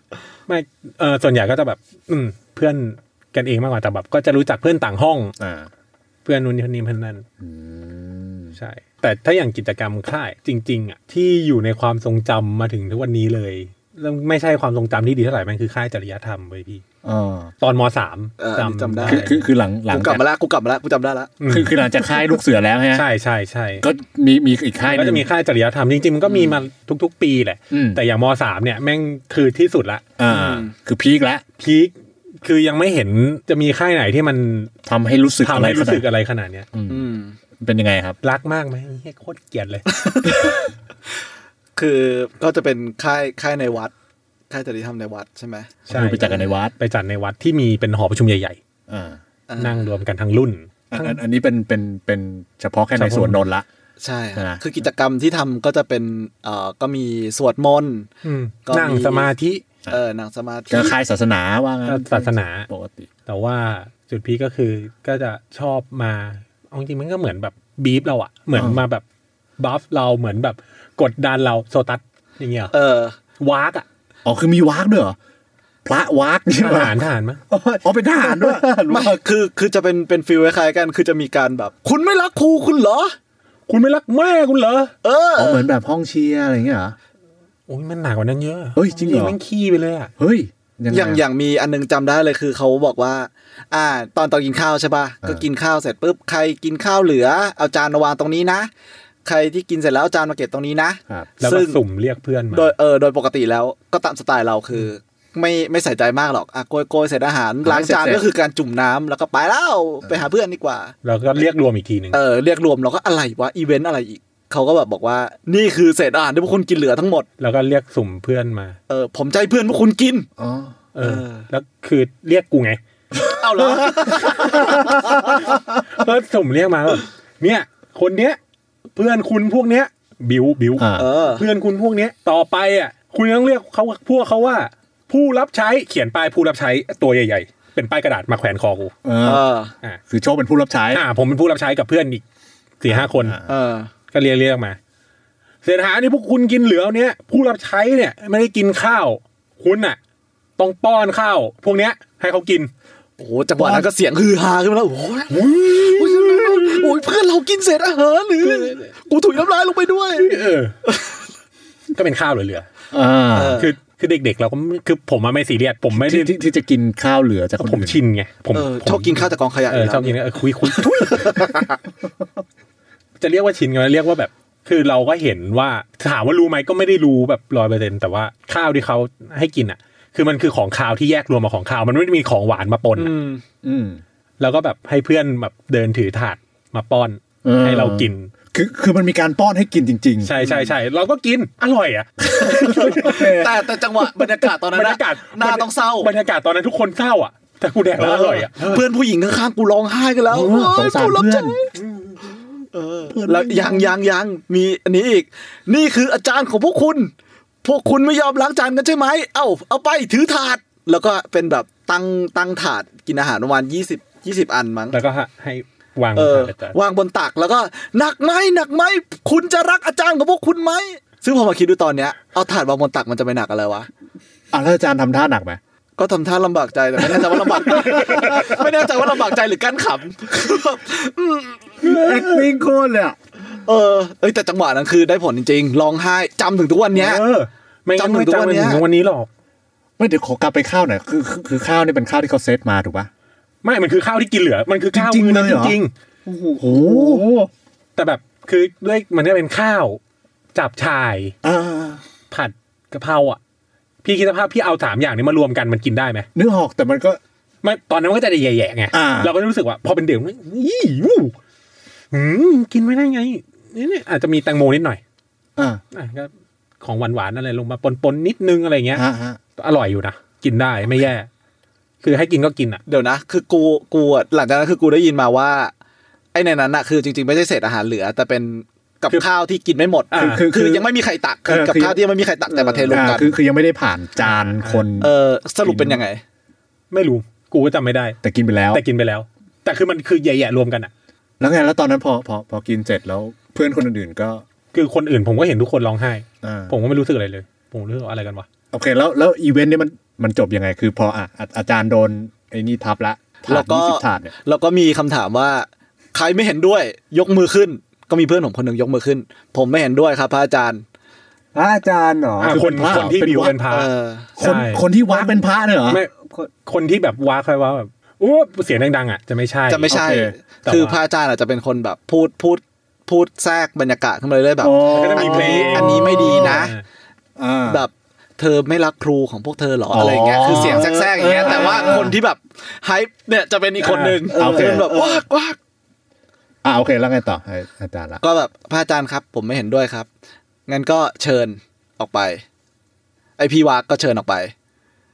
F: ไม่เออส่วนใหญ่ก็จะแบบ อืม เพื่อนกันเองมากกว่าแต่แบบ ก็จะรู้จักเพื่อนต่างห้อง
E: อ่า
F: เพื่อนนู้นคนนี้เพื่อนนั้น
E: อืม
F: ใช่ แต่ถ้าอย่างกิจกรรมค่ายจริง ๆอ่ะที่อยู่ในความทรงจำมาถึงทุกวันนี้เลยแล้วไม่ใช่ความทรงจำที่ดีเท่าไหร่มันคือค่ายจริยธรรมเว้ยพี่
E: อ่า
F: ตอนมสาม
G: เออจำได้
E: คือคือคือหลังหลัง
G: กูกลับมาละกูกลับมาละกูจำได้ละ
F: อืม
E: คือคือหลังจากค่ายลูกเสือแล้วฮะ
F: ใช่ใช่ใช่
E: ก็มีมีอีกค่ายห
F: ก็
E: นึ
F: จะ
E: ง
F: มีค่ายจริยธรรมจริงๆมันก็มีมาทุก ๆ ปีแหละ
E: อืม
F: แต่อย่างมสามเนี่ยแม่งคือที่สุดละ
E: อ่า
G: อืม
E: คือพีคแล้ว
F: พีคคือยังไม่เห็นจะมีค่ายไหนที่มัน
E: ทำให้รู้สึก
F: ทำ
E: อะไร
F: ให้รู้สึก
E: ขนาด
F: อะไรขนาดเนี้ย
G: อืม
E: เป็นยังไงครับ
F: รักมากไหมเฮ้ยโคตรเกลียดเลย
G: คือก็จะเป็นค่ายค่ายในวัด ค่ายจริยธรรมในวัดใช่ไหม
F: ใช่
E: ไปจัดกันในวัด
F: ไปจัดในวัดที่มีเป็นหอประชุมใหญ่
E: อ่า
G: อ่า
F: ๆ นั่งรวมกันทั้งรุ่น
E: อันอันอันนี้เป็นเป็นเป็นเฉพาะแค่ใน
F: เฉพาะ
E: สวนนนท์ละ
G: ใช่ฮะ
E: นะ
G: คือกิจกรรมที่ทำก็จะเป็นเอ่อก็มีสวดมนต์ ก็มี
F: นั่งสมาธิ
G: เออนั่งสมาธิ
E: ก็ค่ายศาสนาว่างั้น
F: ศาสนา
E: ปกติ
F: แต่ว่าจุดพีคก็คือก็จะชอบมาเอาจริงๆมันก็เหมือนแบบบีฟเราอะเหมือน
E: อ่าม
F: มาแบบบัฟเราเหมือนแบบกดดันเราโซตัสอย่างเงี้ยเหรอ
G: เออ
F: วากอะ
E: อ๋อคือมีวากด้วยเหรอ พระวัก
F: ทหารทหารมั้ย
E: อ๋อเป็นทหารด้วย
G: ไม่คือคือจะเป็นเป็นฟิลคล้ายๆกัน คือจะมีการแบบ คุณไม่รักครูคุณเหรอ
F: คุณไม่รักแม่คุณเหรอ
G: เออ
E: อ๋อเหมือนแบบห้องเชียร์อะไรอย่างเงี้ยเหรอ
F: โอ้ยมันหนักกว่านั้นเยอะ
E: เฮ้ยจริงเหรอ
F: แม่งขี้ไปเลยอ่ะ
E: เฮ้ยยัง
G: อย่าง
E: ไง
G: อ
E: อะ
G: ย่างมีอันนึงจำได้เลยคือเขาบอกว่า อ่า ตอนตอนกินข้าวใช่ป่ะก็กินข้าวเสร็จปุ๊บใครกินข้าวเหลือเอาจานมาวางตรงนี้นะ ใครที่กินเสร็จแล้วเอาจานมาเก็บตรงนี้นะครับ
F: แล้วก็
G: ซึ่ง
F: สุ่มเรียกเพื่อนมา
G: โดยเออโดยปกติแล้วก็ตามสไตล์เราคืออไม่ไม่ใส่ใจมากหรอกอ่ะโกยโกยเสร็จอาหารล้างจาน
E: เสร็จ
G: ก็คือการจุ่มน้ำแล้วก็ไปแล้วไปหาเพื่อนดีกว่า
F: แล้วก็เรียกรวมอีกทีหนึ่ง
G: เออเรียกรวมเราก็อะไรวะอีเวนต์อะไรอีกเขาก็แบบบอกว่านี่คือเศษอาหารที่พวกคุณกินเหลือทั้งหมด
F: แล้วก็เรียกสุ่มเพื่อนมา
G: เออผมใจะให้เพื่อนพวกคุณกิน
E: อ๋อ
F: เออ
G: เออ
F: แล้วคือเรียกกูไง
G: เอาเหรอ
F: ก็สุ่มเรียกมาแบบเนี่ย คนเนี้ย เพื่อนคุณพวกเนี้ย บิวบิว
E: อ่า
G: เออ
F: เพื่อนคุณพวกเนี้ย ต่อไปอ่ะ คุณต้องเรียกเขาพวกเขาว่า ผู้รับใช้เขียนป้ายผู้รับใช้ตัวใหญ่ ๆ เป็นป้ายกระดาษมาแขวนคอกู
E: เอ
G: เอ
E: อ
G: อ
E: คือโชคเป็นผู้รับใช้
F: อ่า ผมเป็นผู้รับใช้กับเพื่อนอีกสี่ห้าคน
E: อ่า
G: เออ
F: ก็เรียกเรียกมา เศรษฐานี่พวกคุณกินเหลือเนี้ยผู้รับใช้เนี่ย ไม่ได้กินข้าว คุณน่ะ ต้องป้อนข้าว พวกเนี้ย ให้เขากิน
G: โอ้โหจังหวะนั้นก็เสียงฮือฮาขึ้นมาแล้วโอ้โหโอ้ยโอ้ยเพื่อนเรากินเศษอาหารหรือกูถุยน้ำลายลงไปด้วย
F: เออ ก็เป็นข้าวเหลือ
E: อ่า
G: เออ
F: ๆคือคือเด็กๆเราก็ไม่คือผมอะไม่ซีเรียสผมไม่ได้
E: ที่ที่ที่จะกินข้าวเหลือจากคน
F: ผม
E: อื่น
F: ชินไงผม
G: เออ
F: ผม
G: ชอบกินข้าวจากกองขยะ
F: เออ
G: อ
F: ยู่
G: แล้ว
F: ชอบกินเออคุยคุย ทุยจะเรียกว่าชินกันไหมเรียกว่าแบบ คือเราก็เห็นว่าถามว่ารู้ไหมก็ไม่ได้รู้แบบร้อยเปอร์เซ็นแต่ว่าข้าวที่เขาให้กินอ่ะ คือมันคือของข้าวที่แยกรวมมาของข้าวมันไม่ได้มีของหวานมาปน
G: อื
F: อะ
G: ม
E: อืม
F: แล้วก็แบบให้เพื่อนแบบเดินถือถาดมาป้อน
E: ออ
F: ให้เรากิน
E: คือคือมันมีการป้อนให้กินจริง
F: ใช่ใช่ใช่เราก็กินอร่อยอ่ะ
G: แต่แต่จังหวะบรรยากาศตอนนั้น
F: บรร
G: อะ
F: ยากาศ
G: หน้าต้องเศร้า
F: บรรยากาศตอนนั้นทุกคนเศร้าอ่ะ แต่กูแดกแล้วอร่อยอ่ะ
G: เเพื่อนผู้หญิงข้างๆกูร้องไห้กันแล้ว
E: โอ้โห
G: เอ้ย
E: สงสาร
G: กูบ
E: เพื่
G: ใจ
E: อน
G: เออแล้วยังยังยังมีอันนี้อีก นี่คืออาจารย์ของพวกคุณ พวกคุณไม่ยอมล้างจานกันใช่ไหม เอ้า เอาไปถือถาด แล้วก็เป็นแบบตั้งตั้งถาดกินอาหารประมาณ20 20 อันมั้ง
F: แล้วก็ให้วาง
G: เออ
F: อาจารย์
G: วางบนตักแล้วก็หนักไหมหนักไหมคุณจะรักอาจารย์ของพวกคุณไหม ซึ่งพอมาคิดดูตอนเนี้ยเอาถาดวางบนตักมันจะไปหนักอะไรวะ
E: ๆอ่ะแล้วอาจารย์ทำท่าหนักไหม
G: ก็ทำท่าลำบากใจแต่ไม่แน่ใจว่าลำบาก ไม่แน่ใจว่าลำบากใจหรือกั้นขำ อืม
E: acting โคตรเลยอ่ะ
G: เออเอ้ยแต่จังหวะนั้นคือได้ผลจริงๆร้องไห้จำถึงทุกวันเนี้ย
F: เออไม่งั้น
G: จำถึ
F: ไม่
G: งทุกวั
F: จำ
G: น
F: ถึ
G: เนี้ย
F: งทุกวันนี้หรอก
E: ไม่เดี๋ยวขอกลับไปข้าวหน่อยคือคือคือข้าวนี่เป็นข้าวที่เขาเซตมาถูกปะ
F: ไม่มันคือข้าวที่กินเหลือ มันคือข้าว
E: จริงๆ
F: มื้อนั้น
E: เลยเหรอ
F: จริง
D: โอ้โห
E: โอ้โห
F: ๆแต่แบบคือด้วยมันก็เป็นข้าว จับชาย
E: อ่า
F: ผัดกะเพราอ่ะ พี่คิดสภาพพี่เอาสามอย่างนี้มารวมกันมันกินได้ไหม
E: นึกออกแต่มันก็
F: ไม่ตอนนั้นมันก็จะได้แย่ๆไง
E: อ่า
F: เราก็จะรู้สึกว่า พอเป็นเด็กมันอี่วู้อืมกินไม่ได้ไงนี่ๆอาจจะมีแตงโมนิดหน่อย
E: อ่า
F: อ่ะก็ของหวานๆอะไรลงมาปนๆนิดนึงอะไรเงี้ย
E: ฮะฮะ
F: อร่อยอยู่นะ กินได้ไม่แย่ คือให้กินก็กินอ่ะ
G: เดี๋ยวนะ คือกูกูอะหลังจากนั้นคือกูได้ยินมาว่าไอ้ในนั้นอะคือจริงๆไม่ใช่เศษอาหารเหลือ แต่เป็นกับ
F: คือ
G: ข้าวที่กินไม่หมด
F: อ่า
G: คือคือยังไม่มีใครตักคือกับข้าวที่ยังไม่มีใครตักแต่มาเทรวม
E: อ่า
G: กัน
E: คือคือยังไม่ได้ผ่านจานคน
G: เออสรุปเป็นยังไง
F: ไม่รู้ กูก็จำไม่ได้
E: แต่กินไปแล้ว
F: แต่กินไปแล้ว แต่คือมันคือแย่ๆรวมกันอ่ะ
E: แล้วไงแล้วตอนนั้นพอพอพอกินเสร็จแล้วเพื่อนคนอื่นๆก็
F: คือคนอื่นผมก็เห็นทุกคนร้องไห้
E: อ่า
F: ผมก็ไม่รู้สึกอะไรเลย ผมรู้สึกว่าอะไรกันวะ
E: โอเคแล้วแล้วอีเวนต์เนี่ยมันมันจบยังไง คือพออ่ะอาอาจารย์โดนไอ้นี่ทับละถา
G: แล้
E: ด
G: วก็
E: ยี่สิบถาดเนี่ย
G: แล้วก็มีคำถามว่าใครไม่เห็นด้วยยกมือขึ้น ก็มีเพื่อนผมคนหนึ่งยกมือขึ้น ผมไม่เห็นด้วยครับพระอาจารย์
D: พระอาจารย์เหรอ
F: อ่ะคนคนที่บิวเป็นพา
G: เออ
E: คน
F: ใช่
E: คนที่วักเป็นพระเนี่ยเหรอ
F: ไม่คนที่แบบว้าใครว้าแบบอู้เสียงดังๆ อ่ะ จะไม่ใช่
G: จะไม่ใช่
E: โอเค
F: แต่ว่า
G: คือพระอาจารย์อาจจะเป็นคนแบบพูดพูดพูดแทรกบรรยากาศขึ้นมาเรื่อยๆแบบ
E: อ๋อ
F: แล้วก็จะมีเพลง
G: อันนี้ไม่ดีนะ
E: อ่า
G: แบบเธอไม่รักครูของพวกเธอเหรอ
E: อ๋ออ
G: อะไรอย่างเงี้ยคือเสียงแทรกๆอย่างเงี้ยแต่ว่าคนที่แบบไฮป์เนี่ยจะเป็นอีกคนหนึ่ง
E: อ่าโอเค
G: จะเป็นแบบว้ากว้าก
E: อ่าโอเคแล้วไงต่อให้อาจารย์ละ
G: ก็แบบพระอาจารย์ครับ ผมไม่เห็นด้วยครับงั้นก็เชิญออกไป ไอพี่วากก็เชิญออกไป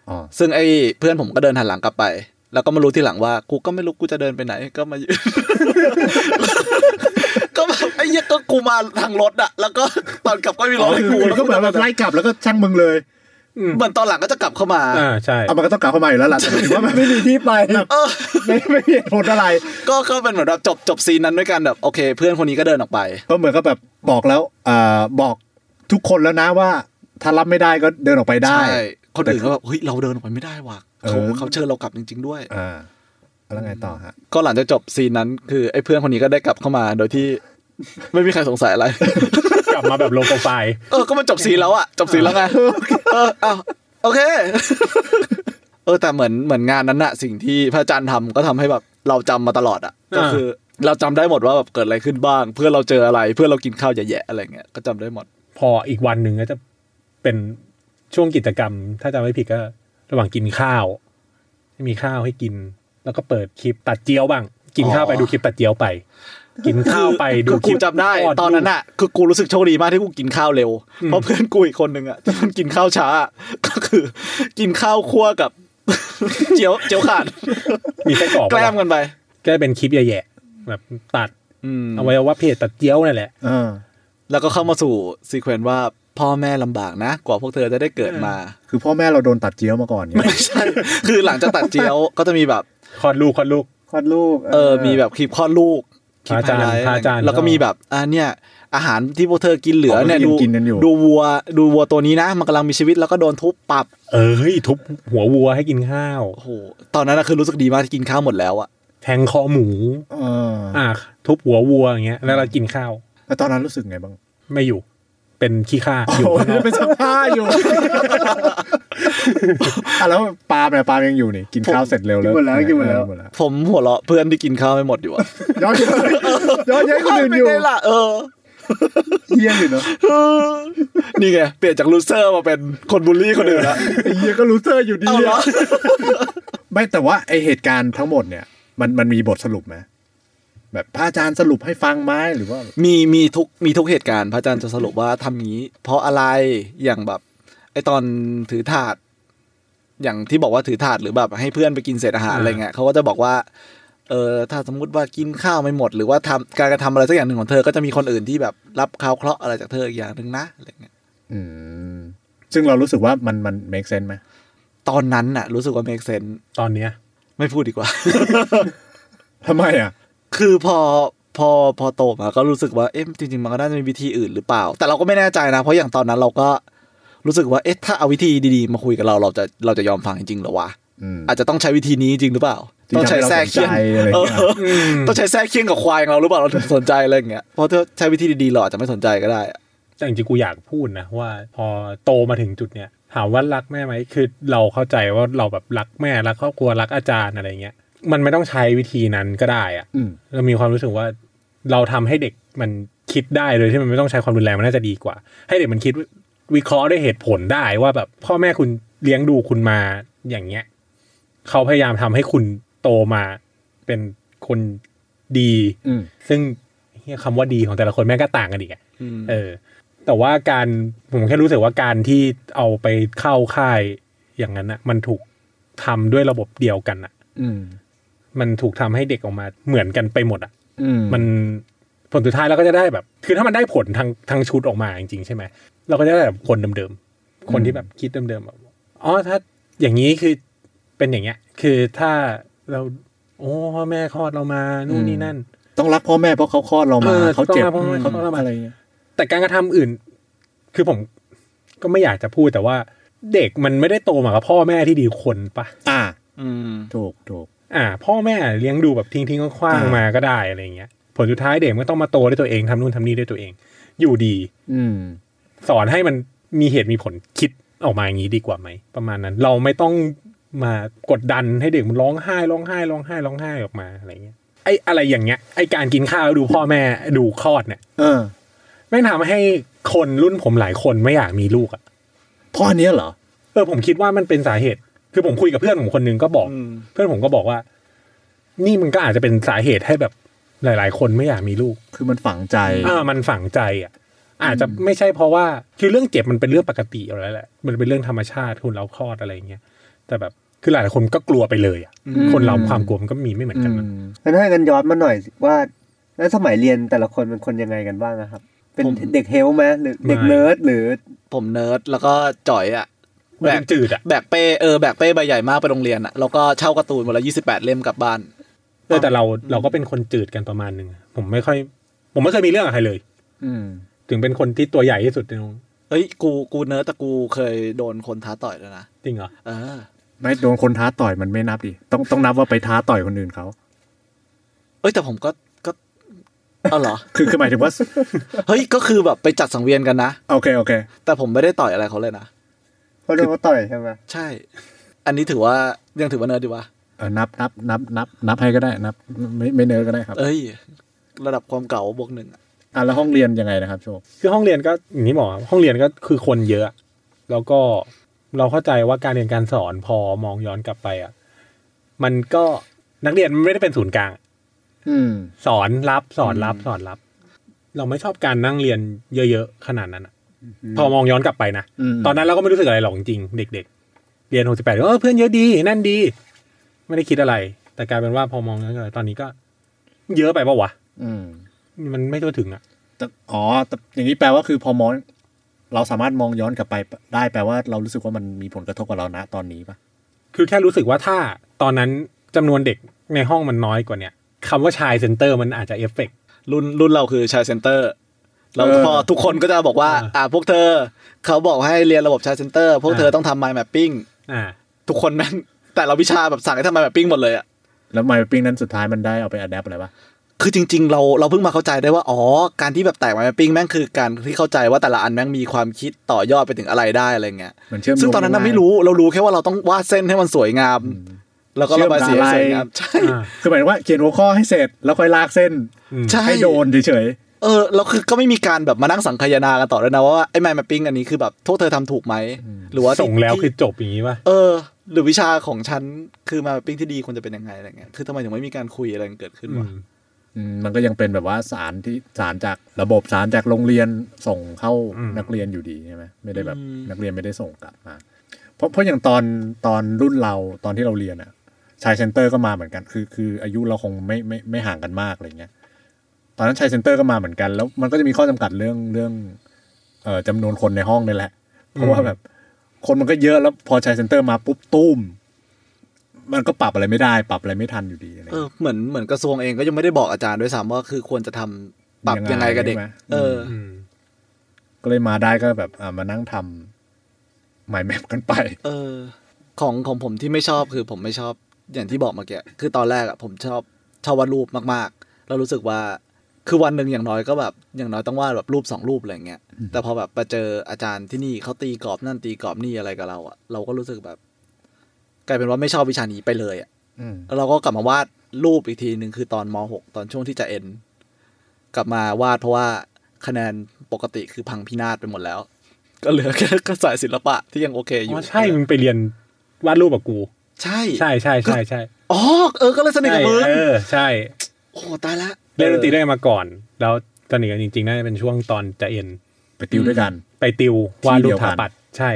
E: อ๋อ
G: ซึ่งไอ้เพื่อนผมก็เดินหันหลังกลับไป แล้วก็มารู้ทีหลังว่า กูก็ไม่รู้กูจะเดินไปไหนก็มายืน ก็แบบไอ้เหี้ยก็กูมาทางรถอะแล้วก็ตอนกลับก็ไมี
E: อ๋
G: ร้
E: อ
G: องให้
E: คือ
G: กู
E: มันก็เห
G: แล้วก็
E: มือนแบบไล่กลับแล้วก็ช่างมึงเลย
G: เหมือนตอนหลังก็จะกลับเข้ามา
F: อ่าใช่
E: เอามันก็ต้องกลับเข้ามาอยู่แล้วล่ะแต่หมายถึงว่ามันไม่มีที่ไปไม่ไม่มีเหตุผลอะไร
G: ก็ก็เป็นเหมือนแบบจบจบซีนนั้นด้วยกันแบบโอเค เพื่อนคนนี้ก็เดินออกไป
E: ก็เหมือนก็แบบบอกแล้วอ่าบอกทุกคนแล้วนะว่า ถ้ารับไม่ได้ก็เดินออกไปได้
G: ใช่ คนอื่นก็แบบเฮ้ยเราเดินออกไปไม่ได้ว่ะเขา
E: เออ
G: เขาเชิญเรากลับจริง ๆด้วย
E: อ่าแล้วไงต่อฮะ
G: ก็หลังจากจบซีนนั้นคือไอ้เพื่อนคนนี้ก็ได้กลับเข้ามาโดยที่ ไม่มีใครสงสัยอะไร
F: กลับมาแบบโลโปรไฟล์
G: เออ ก็มันจบซีนแล้วอะจบซีนแล้วไง เออเอาโอเค เออ แต่เหมือนเหมือนงานนั้นอะสิ่งที่พระอาจารย์ทำก็ทำให้แบบเราจำมาตลอดอะ
F: อ่า
G: ก็คือ เราจำได้หมดว่าแบบเกิดอะไรขึ้นบ้าง เพื่อนเราเจออะไร เพื่อนเรากินข้าวแย่ๆอะไรเงี้ย ก็จำได้หมด
F: พออีกวันหนึ่งก็จะเป็นช่วงกิจกรรม ถ้าจำไม่ผิดก็ ระหว่างกินข้าวไม่มีข้าวให้กิน แล้วก็เปิดคลิปตัดเจียวบ้าง กินข้าวไป
G: อ๋อ
F: ดูคลิปตัดเจียวไป กินข้าวไปดู
G: คือ
F: ค
G: กู
F: ลิป
G: จำได้
F: ทด
G: ตอนนั้นอะคือกูรู้สึกโชคดีมากที่กูกินข้าวเร็ว เพราะเพื่อนกูอีกคนนึงอะที่มันกินข้าวช้า ก็คือ กินข้าวคั่วกับ เจียวเจียวขาด
F: มีไส้กรอก
G: แกล้มกันไป
F: ก็จะเป็นคลิปแย่ๆแบบตัด
G: อืม
F: เอาไว้ว่าเพจตัดเจียวนั่นแหละ
E: เออ
G: แล้วก็เข้ามาสู่ซีเควนต์ว่าพ่อแม่ลำบากนะ กว่าพวกเธอจะได้เกิดมา
E: คือพ่อแม่เราโดนตัดเจี๊ยวมาก่อนเนี่ย
G: ไม่ใช่ คือหลังจากตัดเจียวก็จะมีแบบ
F: คลอดลูกคลอดลูก
D: คลอดลูก
G: เออ มีแบบคลิปคลอดลูกคลิป
F: พระอาจารย์
G: ไฮไลท์
F: พระอาจารย์
G: แล้วก็มีแบบอ่าเนี่ย อาหารที่พวกเธอกินเหลือเนี่ยดู
E: กินกันอยู่
G: ดูวัว ดูวัวตัวนี้นะ มันกำลังมีชีวิตแล้วก็โดนทุบปรับ
F: เอ้ยทุบหัววัวให้กินข้าว
G: โอ้โห ตอนนั้นน่ะคือรู้สึกดีมากที่กินข้าวหมดแล้วอะ
F: แทงคอหมู
E: เออ
F: อ่ะทุบหัววัวอย่างเงี้ย แล้วเรากินข้าว
E: แล้วตอนนั้นรู้สึกไงบ้าง
F: ไม่อยู่ เป็นขี้ข้าอยู่
E: โอ้
F: ข้างนอก
E: ยเป็นสภาพอยู่ อ่ะแล้วปาล์มเนี่ยปาล์มยังอยู่นี่กินข้าวเสร็จเร็ว
D: กิ
E: แล้
D: น
E: ว
D: หมดแล้วกินหมดแล้ว
E: เออหมดแล้ว
G: ผมหัวเราะเพื่อนที่กินข้าวไม่หมดอยู่อะ
D: ย้อนย้อนย้ายคนอื่นอยู่
G: ไม่ได้ละเออ
D: เยี่ยมอยู่เนาะ
G: นี่ไงเปลี่ยนจากลูเซอร์มาเป็นคนบูลลี่คนอื่นละ
E: ไอ้เหี้ยก็รู้เซอร์อยู่ดี
G: เอาเหรอ
E: ไม่แต่ว่าไอเหตุการณ์ทั้งหมดเนี่ย มันมันมีบทสรุปไหมแบบพระอาจารย์สรุปให้ฟังไหมหรือว่า
G: มีมีทุกมีทุกเหตุการณ์พระอาจารย์จะสรุปว่าทำอย่างนี้ เพราะอะไรอย่างแบบ ไอตอนถือถาด อย่างที่บอกว่าถือถาดหรือแบบให้เพื่อนไปกินเศษอาหาร
F: อ่า
G: อะไรเงี้ยเขาก็จะบอกว่า เออถ้าสมมติว่ากินข้าวไม่หมด หรือว่าทำการกระทำอะไรสักอย่างหนึ่งของเธอก็จะมีคนอื่นที่แบบรับข่าวเคราะห์อะไรจากเธออีกอย่างหนึ่งนะอะไรเงี้ย
E: อืม ซึ่งเรารู้สึกว่ามันมัน make sense ไหม
G: ตอนนั้นน่ะ รู้สึกว่าเมกเซน
F: ตอนเนี้ย
G: ไม่พูดดีกว่า
E: ทำไมอ่ะ
G: คือพอพอพอโตมาก็รู้สึกว่าเอ๊ะจริงๆมันก็น่าจะมีวิธีอื่นหรือเปล่า แต่เราก็ไม่แน่ใจนะ เพราะอย่างตอนนั้นเราก็รู้สึกว่าเอ๊ะถ้าเอาวิธีดีๆ มาคุยกับเราเราจะเราจะยอมฟังจริงๆเหรอวะ
E: อืม
G: อาจจะต้องใช้วิธีนี้จริงหรือเปล่า
E: ที่
G: ต้อง
E: ทำให้
G: ใช้
E: เรา
G: แทรกเคียง
E: สนใจอะไรอย่างเงี้ย
G: เออต้องใช้แทรกเคียงกับควายของเราหรือเปล่าเราถึงสนใจอะไรอย่างเงี้ยเพราะถ้าใช้วิธีดีๆเราอาจจะไม่สนใจก็ได้อะ
F: แต่จริงๆกูอยากพูดนะว่าพอโตมาถึงจุดเนี้ยถามว่ารักแม่ไหมคือเราเข้าใจว่าเราแบบรักแม่รักครอบครัวรักอาจารย์อะไรเงี้ยมันไม่ต้องใช้วิธีนั้นก็ได้อะ
E: อืม
F: เรามีความรู้สึกว่าเราทำให้เด็กมันคิดได้โดยที่มันไม่ต้องใช้ความรุนแรงมันน่าจะดีกว่า ให้เด็กมันคิดวิเคราะห์ด้วยเหตุผลได้ว่าแบบพ่อแม่คุณเลี้ยงดูคุณมาอย่างเงี้ยเขาพยายามทำให้คุณโตมาเป็นคนดี
E: อืม
F: ซึ่งเหี้ยคำว่าดีของแต่ละคนแม่งก็ต่างกันอีกอะ
G: อืม
F: เออแต่ว่าการผมแค่รู้สึกว่าการที่เอาไปเข้าค่ายอย่างนั้นอะมันถูกทำด้วยระบบเดียวกันอะ
E: อืม
F: มันถูกทำให้เด็กออกมาเหมือนกันไปหมดอะ
E: อืม
F: มันผลสุดท้ายเราก็จะได้แบบ คือถ้ามันได้ผลทางทางชุดออกมาจริงๆใช่ไหมเราก็จะได้แบบคนเดิมๆคนที่แบบคิดเดิมๆแบบอ๋อถ้าอย่างนี้คือเป็นอย่างเงี้ย คือถ้าเรา โอ้พ่อแม่คลอดเรามานู่นนี่นั่น
E: ต้องรักพ่อแม่เพราะเขาคลอดเรา
F: เอ
E: มา
F: อ
E: เขาเจ็บ
F: ต้องรักพ่อแม่
E: เขา
F: เพราะเขาคลอดเรามา
E: อะไรเงี้ย
F: แต่การกระทำอื่น คือผมก็ไม่อยากจะพูดแต่ว่าเด็กมันไม่ได้โตมากับพ่อแม่ที่ดีคนปะ
E: อ่า
G: อืม
E: ถูกถูก
F: อ่า พ่อแม่เลี้ยงดูแบบทิ้งทิ้งๆคว้าง
E: อ่า
F: ๆมาก็ได้อะไรเงี้ย ผลสุดท้ายเด็กมันก็ต้องมาโตด้วยตัวเองทำนู่นทำนี่ด้วยตัวเอง อยู่ดี
E: อืม
F: สอนให้มันมีเหตุมีผลคิดออกมาอย่างนี้ดีกว่าไหม ประมาณนั้น เราไม่ต้องมากดดันให้เด็กมันร้องไห้ร้องไห้ร้องไห้ร้องไห้ออกมาอะไรเงี้ยไอ้อะไรอย่างเงี้ยไอ้การกินข้าวแล้วดูพ่อแม่ดูคลอดเนี่ย
E: เออ
F: แม่งทำให้คนรุ่นผมหลายคนไม่อยากมีลูกอะ
E: พ่ออันเนี้ยเหรอ
F: เออผมคิดว่ามันเป็นสาเหตุ คือผมคุยกับเพื่อนผมคนหนึงก็บอก
G: อืม
F: เพื่อนผมก็บอกว่า นี่มันก็อาจจะเป็นสาเหตุให้แบบหลาย ๆ คนไม่อยากมีลูก
E: คือมันฝังใจ
F: เออมันฝังใจอ่ะ อาจจะไม่ใช่เพราะว่าคือเรื่องเจ็บมันเป็นเรื่องปกติอยู่แล้วแหละ มันเป็นเรื่องธรรมชาติคนเราคลอดอะไรอย่างเงี้ยแต่แบบคือหลายๆคนก็กลัวไปเลยอ่ะคนเราความกลัวมันก็มีไม่เหมือนกันนะ
D: งั้นให้กันย้อนมาหน่อยสิว่าแล้วสมัยเรียนแต่ละคนเป็นคนยังไงกันบ้างอะครับ เป็นเด็กเฮลไหมหรือเด็กเนิร์ดหรือ
G: ผมเนิร์ดแล้วก็จ่อยอะ
F: มันเป็นจืดอ่ะ
G: แบกเป้เออแบกเป้ใบใหญ่มากไปโรงเรียนอะแล้วก็เช่าการ์ตูนวันละยี่สิบแปดเล่มกลับบ้าน
F: เออแต่เราเราก็เป็นคนจืดกันประมาณหนึ่งผมไม่ค่อย ผมไม่เคยมีเรื่องกับใครเลย
E: อืม
F: ถึงเป็นคนที่ตัวใหญ่ที่สุดในโรง
G: เอ เอ้ยกูกูเนิร์ดแต่กูเคยโดนคนท้าต่อยด้วยนะ
F: จริงเหรอ
G: เออ
E: ไม่โดนคนท้าต่อยมันไม่นับดิต้องต้องนับว่าไปท้าต่อยคนอื่นเขา
G: เอ้ยแต่ผมก็ก็เอาเหรอ
E: คือคือหมายถึงว่า
G: เฮ้ยก็คือแบบไปจัดสังเวียนกันนะ
E: โอเคโอเค
G: แต่ผมไม่ได้ต่อยอะไรเขาเลยนะ
D: เพราะโดนเขาต่อยใช่ไหม
G: ใช่ อันนี้ถือว่ายังถือว่าเนิร์ดอยู่ปะ
E: เออนับนับนับนับนับให้ก็ได้นับไม่ไม่เนิร์ดก็ได้ครับ
G: เอ้ย ระดับความเก่าบวกหนึ่งอะ
E: อ่ะแล้วห้องเรียนยังไงนะครับโชค
F: คือห้องเรียนก็อย่างนี้หมอกห้องเรียนก็คือคนเยอะแล้วก็เราเข้าใจว่าการเรียนการสอนพอมองย้อนกลับไปอ่ะมันก็นักเรียนไม่ได้เป็นศูนย์กลาง
E: อืม
F: สอนรับสอนรับสอนรับ เราไม่ชอบการนั่งเรียนเยอะๆขนาดนั้นอะพอมองย้อนกลับไปนะ
E: อืม
F: ตอนนั้นเราก็ไม่รู้สึกอะไรหรอกจริงๆเด็ก ๆ เรียนหกสิบแปดเออเพื่อนเยอะดีนั่นดี ไม่ได้คิดอะไร แต่กลายเป็นว่าพอมองย้อนกลับไปตอนนี้ก็ เยอะไปปะวะ
E: อืม
F: มันไม่ทั่วถึงอะ
E: แต่อ๋อแต่อย่างนี้แปลว่าคือพอมองเราสามารถมองย้อนกลับไปได้แปลว่าเรารู้สึกว่ามันมีผลกระทบกับเรานะตอนนี้ปะ
F: คือแค่รู้สึกว่าถ้าตอนนั้นจำนวนเด็กในห้องมันน้อยกว่าเนี่ยคำว่าชายเซนเตอร์มันอาจจะเอฟเฟกต์
G: รุ่นรุ่นเราคือชายเซนเตอร์ เรา
F: เออ
G: พอทุกคนก็จะบอกว่า
F: เอออ่
G: อ่าพวกเธอ เขาบอกให้เรียนระบบชายเซนเตอร์ พวกเธอต้องทำไมล์แมปปิ้ง
F: อ่า
G: ทุกคนแม่งแต่เราวิชาแบบสั่งให้ทำไมล์แมปปิ้งหมดเลยอะ
E: แล้วไมปิ้งนั้นสุดท้ายมันได้เอาไปอัดแอปอะไรปะ
G: คือจริง ๆ เราเราเพิ่งมาเข้าใจได้ว่า อ๋อ การที่แบบแตกมาเป็นปิ้งแม่งคือการที่เข้าใจว่าแต่ละอันแม่งมีความคิดต่อยอดไปถึงอะไรได้อะไรเงี้ย
E: มันเชื่อมโย
G: ซึ่งตอนนั้นน่ะ
E: ด้
G: ไม่รู้เรารู้แค่ว่าเราต้องวาดเส้นให้มันสวยงาม แล้วก็ระบายสีให้สวยงามใช่
F: อ่า
E: คือหมายถึงว่าเขียนหัวข้อให้เสร็จแล้วค่อยลากเส้น
F: อืม
G: ใช่
E: ให้โดนเฉย
G: เออเราคือก็ไม่มีการแบบมานั่งสังคายนากันต่อด้วยนะว่าไอ้ไมล์แมปปิ้งอันนี้คือแบบโทษเธอทำถูกไหมหรือว่า
F: ส่งแล้วคือ
G: ที่
F: จบอย่างนี้ป่ะ
G: เออ หรือวิชาของฉันคือมาปิ้งที่ดีควรจะเป็นยังไงอะไรเงี้ยคือทำไมถึงไม่มีการคุยอะไรกันเกิดขึ้น
F: อื
G: วะ
F: ม
E: ๆอืมมันก็ยังเป็นแบบว่าสารที่สารจากระบบสารจากโรงเรียนส่งเข้า
F: อืม
E: นักเรียนอยู่ดีใช่ไหมไม่ได้แบบนักเรียนไม่ได้ส่งกลับมา เพราะเพราะอย่างตอนตอนรุ่นเราตอนที่เราเรียนอะชายเซนเตอร์ก็มาเหมือนกัน คือคืออายุเราคงไม่ไม่ไม่ห่างกันมากอะไรเงี้ยตอนนั้นชายเซนเตอร์ก็มาเหมือนกัน แล้วมันก็จะมีข้อจำกัดเรื่องเรื่องเอ่อจำนวนคนในห้องนี่แหละ เพราะว่าแบบ คนมันก็เยอะแล้วพอชายเซนเตอร์มาปุ๊บตุ้ม มันก็ปรับอะไรไม่ได้ ปรับอะไรไม่ทันอยู่ดีอะไร
G: เออ
E: เงี้ย
G: เหมือนเหมือนกระทรวงเองก็ยังไม่ได้บอกอาจารย์ด้วยซ้ำว่าคือควรจะทำปรับยังไงกับเด็ก
E: ยังไงใช่ไหม
G: เอออ
F: อืม
E: ก็เลยมาได้ก็แบบอ่ะมานั่งทำหมายแมปกันไป
G: เออของของผมที่ไม่ชอบคือผมไม่ชอบอย่างที่บอกเมื่อกี้คือตอนแรกอะผมชอบชอบวาดรูปมากๆ แล้วรู้สึกว่าคือวันหนึ่งอย่างน้อยก็แบบอย่างน้อยต้องวาดแบบรูปสองรูปอะไรอย่างเงี้ยแต่พอแบบมาเจออาจารย์ที่นี่เขาตีกรอบนั่นตีกรอบนี่อะไรกับเราอะเราก็รู้สึกแบบ กลายเป็นว่าไม่ชอบวิชานี้ไปเลยอะ
E: อืม
G: แล้วเราก็กลับมาวาดรูปอีกทีหนึ่งคือตอนมหกตอนช่วงที่จะเอ็นกลับมาวาดเพราะว่าคะแนนปกติคือพังพินาศไปหมดแล้ว ก็เหลือแค่กระสายศิลปะที่ยังโอเคอยู่
F: อ๋อใช่มึงไปเรียนวาดรูปกับกู
G: ใช่
F: ใช่ใช่ใช่ใช่
G: อ๋อ เออ ก็เลยสนิท
F: ใช่
G: กับมึง
F: เออใช่
G: โอ้โหตายละ
F: เล่นดนตรีด้วยกันมาก่อน แล้วสนิทกันจริงๆน่าจะเป็นช่วงตอนจะเอ็น
E: ไปติวด้วยกัน
F: ไปติววาดรู
E: ที่
F: ป
E: เดียวกั
F: ถาน ปัดใช่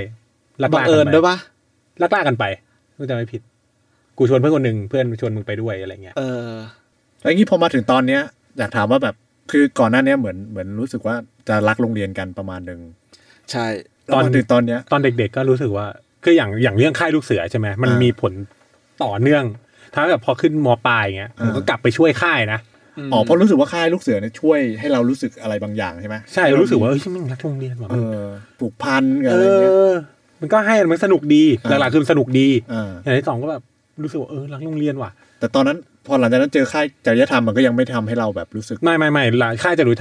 F: ลัก
G: บั
F: ลางก
G: เอิ
F: กั
G: ญ
F: น
G: ด้วย
F: ไป
G: ปะ
F: ลักลากกันไปกูจะไม่ผิด กูชวนเพื่อนคนหนึ่งเพื่อนชวนมึงไปด้วยอะไรเงี้ย
G: เออ
E: แล้วอย่างนี้พอมาถึงตอนเนี้ยอยากถามว่าแบบคือก่อนหน้าเนี้ยเหมือนเหมือนรู้สึกว่าจะรักโรงเรียนกันประมาณหนึ่ง
G: ใช่
E: ตอนถึงตอนเนี้ย
F: ตอนเด็ก ๆ ก็รู้สึกว่าคืออย่างอย่างเรื่องค่ายลูกเสือใช่ไหมมัน
E: อ่ามี
F: มีผลต่อเนื่องถ้าแบบพอขึ้นมปลายเงี้ย
E: อ่ามึ
F: มึงก็กลับไปช่วยค่ายนะ
E: อ๋อเพราะรู้สึกว่าค่ายลูกเสือเนี่ยช่วยให้เรารู้สึกอะไรบางอย่างใช่ไหม
F: ใช่แล้วรู้สึกว่าเอ้ยมึงรักโรงเรียนว่ะ
E: เอ
F: มึง
E: อผูกพันกัน
F: เอ
E: อะไรเงี้ย
F: อ มันก็ให้มันสนุกดีห
E: อ่า
F: ลักๆคือมันสนุกดี
E: อ่า
F: อย่างที่สองก็แบบรู้สึกว่าเออรักโรงเรียนว่ะ
E: แต่ตอนนั้นพอหลังจากนั้นเจอค่ายจริยธรรมมันก็ยังไม่ทำให้เราแบบรู้สึก
F: ไม่ไม่ไม่ละค่ายจะรู้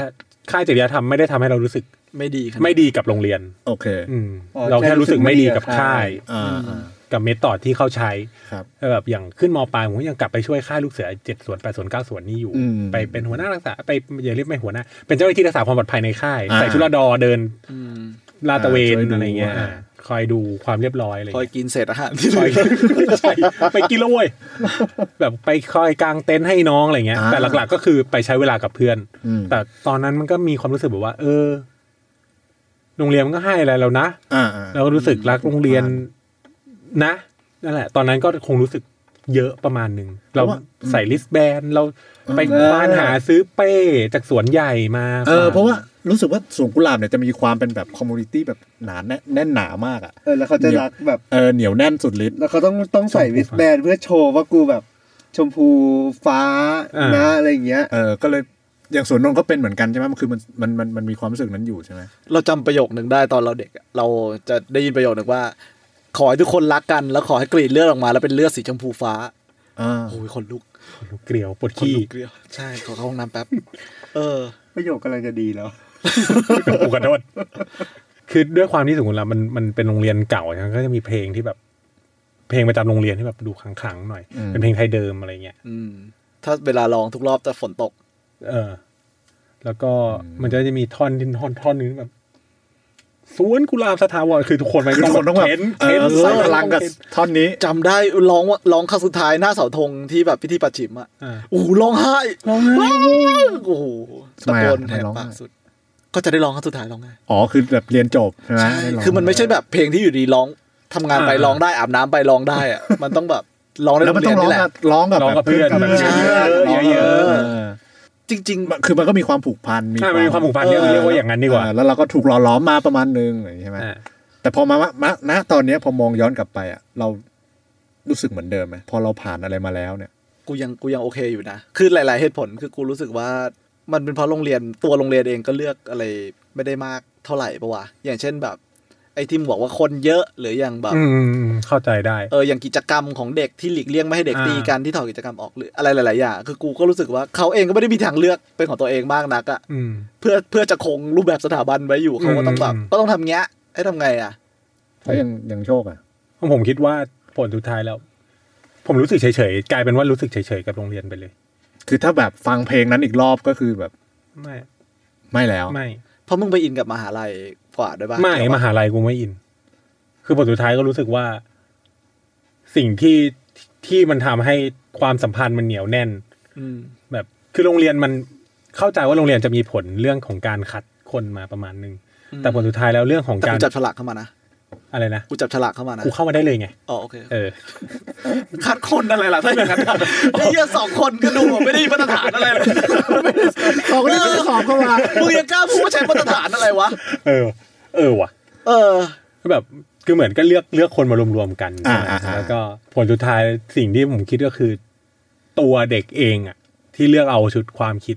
F: ค่ายจริยธรรมไม่ได้ทำให้เรารู้สึก
G: ไม่ดีครับ
F: ไม่ดีกับโรงเรียน
E: โอเค
F: อืม
D: อ๋อ
F: เราแค่รู้สึกไม่ดีกับค่าย
E: อ่าอ่า
F: กับเมธอดที่เขาใช้
E: ครับ
F: แล้วแบบอย่างขึ้นมปลายผมก็ยังกลับไปช่วยค่ายลูกเสือเจ็ดส่วนแปดส่วนเก้าส่วนนี่อยู่
E: อืม
F: ไปเป็นหัวหน้ารักษาไปอย่าเรียกไม่หัวหน้า เป็นเจ้าหน้าที่รักษาความปลอดภัยในค่าย
E: อ่า
F: ใส่ชุดระดอเดิน
G: อืม
F: ลาดตระเวน
E: อ่าช่วยดู
F: อะไรเงี้ย
E: อ่า
F: คอยดูความเรียบร้อยอะไร
G: คอย
F: เงี้ย
G: กินเศษอาหารที่
F: ค
G: เหลื
F: อย
G: อ
F: ไม่ใช่ไปกินแล้วเว้ยแบบไปคอยกางเต็นท์ให้น้องอะไรเงี้ย
E: อ่า
F: แต่หลักๆก็คือไปใช้เวลากับเพื่อน
E: อืม
F: แต่ตอนนั้นมันก็มีความรู้สึกแบบว่า เออ โรงเรียนมันก็ให้อะไรเรานะ
E: อ่าอ่า
F: เรารู้สึกรักโรงเรียนนะนั่นแหละ ตอนนั้นก็คงรู้สึกเยอะประมาณหนึ่งเรา
E: เพราะว่า
F: ใส่ลิสแบนเราไป
E: เออ
F: ควานหาซื้อเป้จากสวนใหญ่มา
E: เออ
F: ฝก
E: เพราะว่ารู้สึกว่าสวนกุหลาบเนี่ยจะมีความเป็นแบบคอมมูนิตี้แบบหนาแน่นแน่นหนามากอ่ะ
D: เออแล้วเขาจะรักแบบ
E: เออเหนียวแน่นสุดฤทธิ์
D: แล้วเขาต้องต้องใส่วิสแบนเพื่อโชว์ว่ากูแบบ ชมพูฟ้านะอะไรอย่างเงี้ย
E: เออก็เลย อย่างสวนนนท์ก็เป็นเหมือนกันใช่ไหมมันคือมันมันมันมันมีความรู้สึกนั้นอยู่ใช่ไหม
G: เราจำประโยคหนึ่งได้ตอนเราเด็กอะเราจะได้ยินประโยคหนึ่งว่า ขอให้ทุกคนรักกัน แล้วขอให้กรีดเลือดออกมาแล้วเป็นเลือดสีชมพูฟ้า
E: อ่า
G: โอ้ยคนลุก
F: ลูกเกลียวปวด
G: ขน
F: ขี้
G: ลุกเกลียวใช่ขอเข้าห้องน้ำแป๊บ เออ
D: ประโยคกำลังจะดีแล้ว
F: กูขอโท ษคือด้วยความที่สมมติละมันมันเป็นโรงเรียนเก่าใช่ไหมก็จะมีเพลงที่แบบ เพลงประจำโรงเรียนที่แบบดูขลังๆหน่อย เป็นเพลงไทยเดิมอะไรเงี้ย
G: อืม ถ้าเวลาลองทุกรอบจะฝนตก
F: เออ แล้วก็มันจะจะมีท่อนที่ท่อนท่อนนึงแบบสวนกุหลาบสถาวรคือทุกคนมัน
E: คือทุกคนต้องแบบ
F: เข็น
E: เอ
F: เข็น
E: อใส่พลังกับ
F: เข็น
E: ท่อนนี้
G: จำได้ร้องว่าร้องครั้งสุดท้ายหน้าเสาธงที่แบบพิธีปัจฉิมอ่ะ
F: อ่า
G: โอ้โหร้องไห้ร้องไห้โอ้โห
E: ทำ
G: ตะ
E: ไม
G: โก
E: อะ
G: น
E: ทำไม
G: แหก
E: ร้องไห้
G: ปากสุด ก็จะได้ร้องครั้งสุดท้ายร้องไห้
E: อ๋อคือแบบเรียนจบใช่ไหม
G: ใช่
E: ด้ลง
G: คือมันไม่ใช่แบบเพลงที่อยู่ดีร้องทำงานไป
F: อ่า
G: ร้องได้อาบน้ำไปร้องได้อ่ะ มันต้องแบบร้องได้
E: แล้
G: โร
E: วมัน
G: งเรี
E: ต้อย งร้อ
G: นนี่
E: ง
G: แหละ
E: กับร้องกับ
F: ร้องกับเพื่อน
E: แบบ
F: แบบ
E: เพื่อนเย
F: เยอะๆ
E: อะๆ
F: เออ
G: จริง
E: มันคือมันก็มีความผูกพันมี
F: อ่ามันมีความผูกพันเรียกเรียกว่าอย่างนั้นดีกว่า
E: เออแล้วเราก็ถูกหล่อหล้อมมาประมาณนึงอะไรอย่างงี้ใช่ไหม
F: อ่า
E: แต่พอมามาณตอนเนี้ยพอมองย้อนกลับไปอ่ะ เรารู้สึกเหมือนเดิมไหมพอเราผ่านอะไรมาแล้วเนี่ย
G: ๆ กูยังกูยังโอเคอยู่นะ คือหลาย ๆ เหตุผลคือกูรู้สึกว่ามันเป็นเพราะโรงเรียนตัวโรงเรียนเองก็เลือกอะไรไม่ได้มากเท่าไหร่ปะวะอย่างเช่นแบบ ไอ้ที่มึงบอกว่าคนเยอะหรืออย่างแบบ
F: อืมอืมอืมเข้าใจได้
G: เอออย่างกิจกรรมของเด็กที่หลีกเลี่ยงไม่ให้เด็ก
F: อ่า
G: ตีกันที่ถอดกิจกรรมออกหรืออะไรหลาย ๆ อย่างคือกูก็รู้สึกว่าเขาเองก็ไม่ได้มีทางเลือกเป็นของตัวเองมากนักอะ
F: อืม
G: เพื่อเพื่อจะคงรูปแบบสถาบันไว้อยู่เขาก็ต้องแบบ
F: อืม
G: ก็ต้องทำเงี้ยให้ทำไงอะ
E: แล้วยังยังโชคอ่ะ
F: ผมคิดว่าผลสุดท้ายแล้ว ผมรู้สึกเฉยๆกลายเป็นว่ารู้สึกเฉยๆกับโรงเรียนไปเลย
E: คือถ้าแบบฟังเพลงนั้นอีกรอบก็คือแบบ
F: ไม่
E: ไม่แล้ว
F: ไม่
G: เพราะมึงไปอินกับมหาลัยกว่าด้วยปะ
F: ไม่
G: เกี่ยวปะ
F: มหาลัยกูไม่อิน คือผลสุดท้ายก็รู้สึกว่า สิ่งที่ที่มันทำให้ความสัมพันธ์มันเหนียวแน่น
G: อืม
F: แบบ คือโรงเรียนมันเข้าใจว่าโรงเรียนจะมีผลเรื่องของการคัดคนมาประมาณนึง แต่ผลสุดท้ายแล้วเรื่องของ
G: แต่
F: กา
G: กู
F: ร
G: จับฉลากเข้ามานะ
F: อะไรนะ
G: กูจับฉลากเข้ามานะ
F: กูเข้ามาได้เลยไง
G: อ๋อโอเค
F: เออ
G: คัดคนอะไรล่ะถ้าอย่างนั้นอะไอ้เหี้ยสองคนก็ดูแบบไม่ได้มีมาตรฐานอะไรเลย
D: สองคนนี้สอบเข้ามา
G: มึงยังกล้าพูดว่าใช้มาตรฐานอะไรวะ
F: เออ เออว่ะ
G: เออ
F: ก็แบบคือเหมือนก็เลือกเลือกคนมารวมๆกันใช่ไหม
E: อ่าอ่า
F: แล้วก็ผลสุดท้ายสิ่งที่ผมคิดก็คือ ตัวเด็กเองอ่ะ ที่เลือกเอาชุดความคิด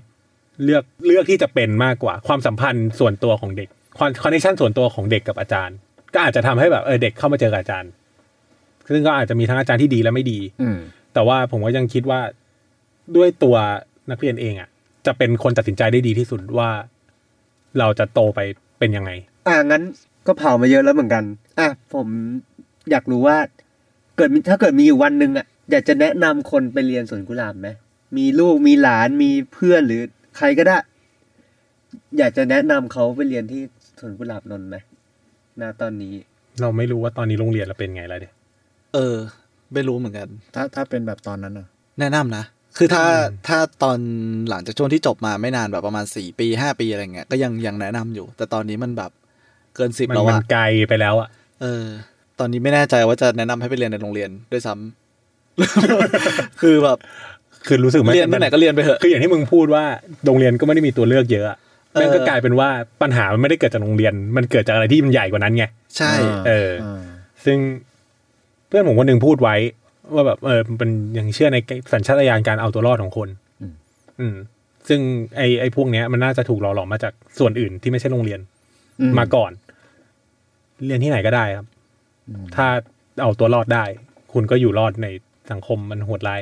F: เลือกเลือกที่จะเป็นมากกว่า ความสัมพันธ์ส่วนตัวของเด็กความคอนเนคชั่นส่วนตัวของเด็กกับอาจารย์ ก็อาจจะทำให้แบบเออเด็กเข้ามาเจอกับอาจารย์ ซึ่งก็อาจจะมีทั้งอาจารย์ที่ดีและไม่ดี
E: อืม
F: แต่ว่าผมก็ยังคิดว่าด้วยตัวนักเรียนเองอ่ะ จะเป็นคนตัดสินใจได้ดีที่สุดว่า เราจะโตไปเป็นยังไง
D: อ่างั้นก็เผามาเยอะแล้วเหมือนกัน อ่ะผมอยากรู้ว่า เกิดมีถ้าเกิดมีอยู่วันหนึ่งอ่ะอยากจะแนะนำคนไปเรียนสวนกุหลาบไหมมีลูกมีหลานมีเพื่อนหรือใครก็ได้ อยากจะแนะนำเขาไปเรียนที่สวนกุหลาบนนท์ไหมณตอนนี้
F: เราไม่รู้ว่าตอนนี้โรงเรียนเราเป็นไงแล้วเนี่ย
G: เออ ไม่รู้เหมือนกัน
E: ถ้าถ้าเป็นแบบตอนนั้นอ่ะ
G: แนะนำนะ คือถ้าถ้าตอนหลังจากช่วงที่จบมาไม่นานแบบประมาณสี่ปีห้าปีอะไรเงี้ยก็ยังยังแนะนำอยู่ แต่ตอนนี้มันแบบเกินสิบ
F: มัน
G: แล้ว
F: มัน
G: อะ
F: ไกลไปแล้วอะ
G: เออ ตอนนี้ไม่แน่ใจว่าจะแนะนำให้ไปเรียนในโรงเรียนด้วยซ้ำ คือแบบ
F: คือรู้สึกมั
G: เรียนที่ไหนก็เรียนไปเถอะ
F: คืออย่างที่มึงพูดว่าโรงเรียนก็ไม่ได้มีตัวเลือกเยอะอะ
G: เออ
F: นั่นก็กลายเป็นว่าปัญหามันไม่ได้เกิดจากโรงเรียน มันเกิดจากอะไรที่มันใหญ่กว่านั้นไง
G: ใช่
E: อ่า
F: เออ
E: อ่า
F: ซึ่งเพื่อนผมคนหนึ่งพูดไว้ ว่าแบบเออเป็นยังเชื่อในสัญชาตญาณการเอาตัวรอดของคน อืม ซึ่งไอ้ไอ้พวกเนี้ยมันน่าจะถูกหล่อหลอมมาจากส่วนอื่นที่ไม่ใช่โรงเรียน
E: อื
F: มาก่อน เรียนที่ไหนก็ได้ครับ ถ้าเอาตัวรอดได้ คุณก็อยู่รอดในสังคมมันโหดร้าย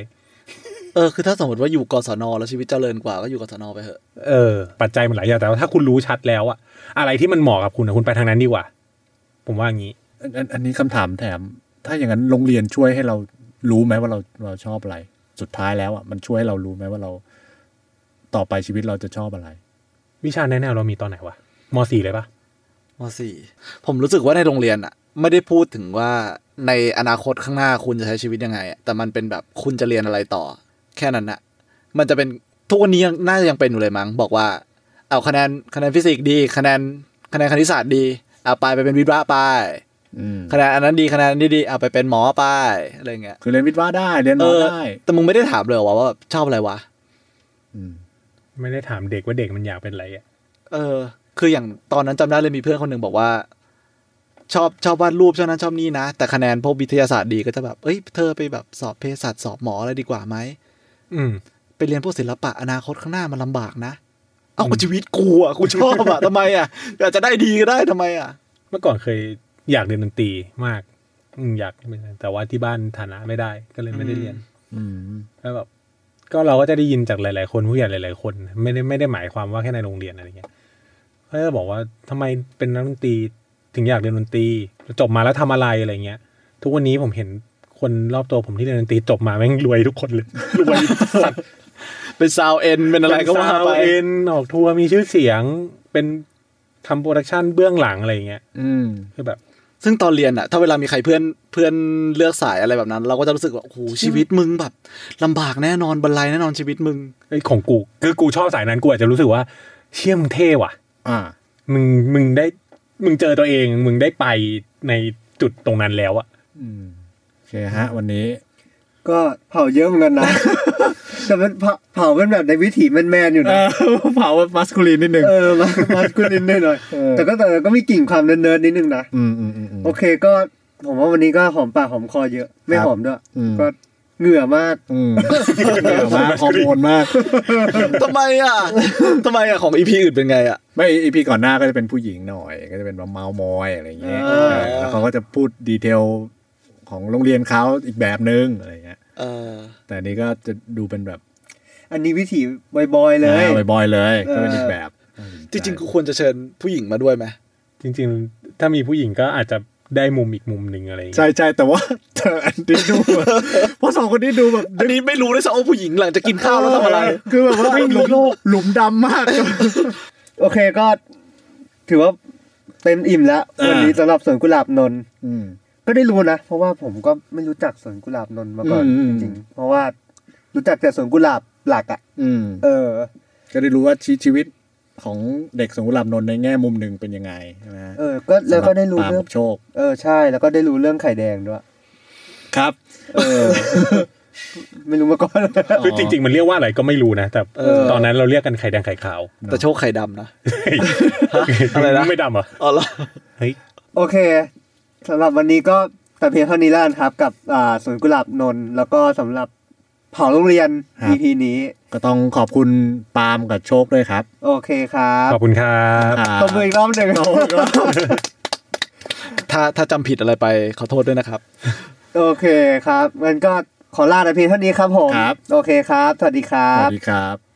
G: เออคือถ้าสมมติว่าอยู่กศนแล้วชีวิตเจริญกว่าก็อยู่กศนไปเถอะ
F: เออปัจจัยมันหลายอย่างแต่ว่าถ้าคุณรู้ชัดแล้วอะอะไรที่มันเหมาะกับคุณอะคุณไปทางนั้นดีกว่า ผมว่างี้
E: อันอันอันนี้คำถามแถม ถ้าอย่างนั้นโรงเรียนช่วยให้เรารู้ไหมว่าเราเราชอบอะไร สุดท้ายแล้วอ่ะมันช่วยให้เรารู้ไหมว่าเรา ต่อไปชีวิตเราจะชอบอะไร
F: วิชาแนะแนวเรามีตอนไหนวะมสี่เลยปะ
G: มสี่ผมรู้สึกว่าในโรงเรียนอะไม่ได้พูดถึงว่าในอนาคตข้างหน้าคุณจะใช้ชีวิตยังไงอะแต่มันเป็นแบบคุณจะเรียนอะไรต่อ แค่นั้นนะมันจะเป็นทุกวันนี้ยังน่าจะยังเป็นอยู่เลยมั้งบอกว่า เอาคะแนนคะแนนฟิสิกส์ดี คะแนนคะแนนคณิตศาสตร์ดีเอาไปไปเป็นวิทย์ะไป
E: อืม
G: คะแนนอันนั้นดีคะแนนอันนี้ดีเอาไปเป็นหมอไปอะไรเงี้ย
E: คือเรียนวิทย์ว่าได้เรียนห
G: เอ
E: มอ
G: อ
E: ได้
G: แต่มึงไม่ได้ถามเลยเหรอวะว่าชอบอะไรวะ
E: ม
F: ไม่ได้ถามเด็กว่าเด็กมันอยากเป็นอะไรอะ
G: เออ คืออย่างตอนนั้นจำได้เลยมีเพื่อนคนหนึ่งบอกว่า ชอบชอบวาดรูปชอบนั้นชอบนี่นะ แต่คะแนนพวกวิทยาศาสตร์ดีก็จะแบบ เอ้ยเธอไปแบบสอบเภสัชสอบหมออะไรดีกว่าไหม
F: อืม
G: ไปเรียนพวกศิลปะอนาคตข้างหน้ามันลำบากนะ เอ้าก็ชีวิตกูอ่ะกูชอบอ่ะทำ ไมอ่ะอาจจะได้ดีก็ได้ทำไมอ่ะ
F: เมื่อก่อนเคยอยากเรียนดนตรีมากอืมอยากเป็นแต่ว่าที่บ้านฐานะไม่ได้ก็เลยไม่ได้เรียน
E: อืม
F: แล้วแบบก็เราก็จะได้ยินจากหลาย ๆ คนผู้ใหญ่หลาย ๆ คน ไม่ได้ไม่ได้หมายความว่าแค่ในโรงเรียนอะไรเงี้ยเขาจะบอกว่าทำไมเป็นนักดนตรีถึงอยากเรียนดนตรีจบมาแล้วทำอะไรอะไรเงี้ย ทุกวันนี้ผมเห็นคนรอบตัวผมที่เรียนดนตรีจบมาแม่งรวยทุกคน เลยรวยสัตว์
G: เป็นซาวเอ็นเป็นอะไรก็ว่าไป
F: เอ็นออกทัวร์มีชื่อเสียงเป็นทำโปรดักชันเบื้องหลังอะไรเงี้ย
E: อืม
F: คือแบบ
G: ซึ่งตอนเรียนอ่ะ ถ้าเวลามีใครเพื่อนเพื่อนเลือกสายอะไรแบบนั้น เราก็จะรู้สึกว่าโอ้โหชีวิตมึงแบบลำบากแน่นอนบันไลแน่นอนชีวิตมึง
F: ไอ้ยของกูคือกูชอบสายนั้นกูอาจจะรู้สึกว่า เชี่ยมงเท่ว่ะ
E: อ่า
F: มึงมึงได้มึงเจอตัวเอง มึงได้ไปในจุดตรงนั้นแล้วอะ
E: อืมโอเคฮะ วันนี้
D: ก็เผาเยอะเหมือนกัน นะ แต่มันเผาเผาเป็นแบบในวิถีแมนๆอยู่
E: เอ
D: นะ
E: อเผามาสคูลีนนิดนึง
D: เออ มามาสกุลินนิดหน่อย
E: เออ
D: แต่ก็แต่ก็มีกลิ่นความเนิร์ดๆนิดนึงนะ
E: อืมอืมอืมอืม
D: โอเคก็ ผมว่าวันนี้ก็หอมปากหอมคอเยอะ ไม่
E: ครับ
D: หอมด้วย
E: อืม
D: ก็เหงื่อมาก
E: อืมเหนื่อยมากฮอร์โมนมาก
G: ทำไมอ่ะทำไมอ่ะของอีพีอื่นเป็นไงอ่ะ
E: ไม่อีพีก่อนหน้าก็จะเป็นผู้หญิงหน่อย ก็จะเป็นแบบเมามอยอะไรอย่างเงี้ย
D: เออ
E: เออแล้วเขาก็จะพูดดีเทลของโรงเรียนเขาอีกแบบนึงอะไรอย่างเงี้ย
G: เออ
E: แต่อันนี้ก็จะดูเป็นแบบ
D: อันนี้วิถีบอยๆเลย
E: อ่าบ่อยๆเลย
D: เออ
E: ก็เป็นอีกแบบ
G: จริงๆกูควรจะเชิญผู้หญิงมาด้วยไหม
F: จริง ๆ ถ้ามีผู้หญิงก็อาจจะได้มุมอีกมุมหนึ่งอะไรอย่าง
E: ใช่
F: เงี้ย
E: ใช่แต่ว่าเธออันนี้ดูแบบ เพราะสองคนนี้ดูแบบ
G: อันนี้ไม่รู้เลยสักโอ้ผู้หญิงหลังจะกินข้าวแล้วทำอะไร
E: คือแบบว่าหลุมหลุมดำมาก
D: โอเคก็ ถือว่าเต็มอิ่มแล้ว
E: เออ
D: วันนี้สำหรับสวนกุหลาบนนท์
E: อืม
D: ก็ได้รู้นะ เพราะว่าผมก็ไม่รู้จักสวนกุหลาบนนท์มาก่อน
E: อืม
D: จริงๆเพราะว่ารู้จักแต่สวนกุหลาบหลักอ่ะ
E: อืม
D: เออ
E: ก็ได้รู้ว่าชีชีวิตของเด็กสงกุหลาบนนท์ในแง่มุมหนึ่งเป็นยังไงใช่ไหมฮะ
D: เออ ก็แล้วก็ได้รู้
E: สำหปา
D: เรื่อง
E: ล์มกับโชค
D: เออใช่ แล้วก็ได้รู้เรื่องไข่แดงด้วย
E: ครับ
D: เออ ไม่รู้มาก่อน
F: คือจริง ๆ มันเรียกว่าอะไรก็ไม่รู้นะ แต่
D: เออ
F: ตอนนั้นเราเรียกกันไข่แดงไข่ขาว
G: แต่โชคไข่ดำนะ
F: อะ
G: อะไรนะ
F: ไม่ดำเหรอ
G: อ๋อเหรอ
F: เฮ้ย
D: โอเคสำหรับวันนี้ก็แต่เพียงเท่านี้แล้วกันครับ กับอ่าสวนกุหลาบนนท์แล้วก็สำหรับเผาโรงเรียน EP นี้
E: ก็ต้องขอบคุณปาล์มกับโชคด้วยครับ
D: โอเคครับ
F: ขอบคุณครับ
D: ตบมืออีกรอบหนึ่ง
G: ถ้าถ้าจำผิดอะไรไปขอโทษด้วยนะครับ
D: โอเคครับงั้นก็ขอลาแต่เพียงเท่านี้ครับผม
E: ครับ
D: โอเคครับ สวัสดีครั
E: สวั
D: บ
E: สดีครับ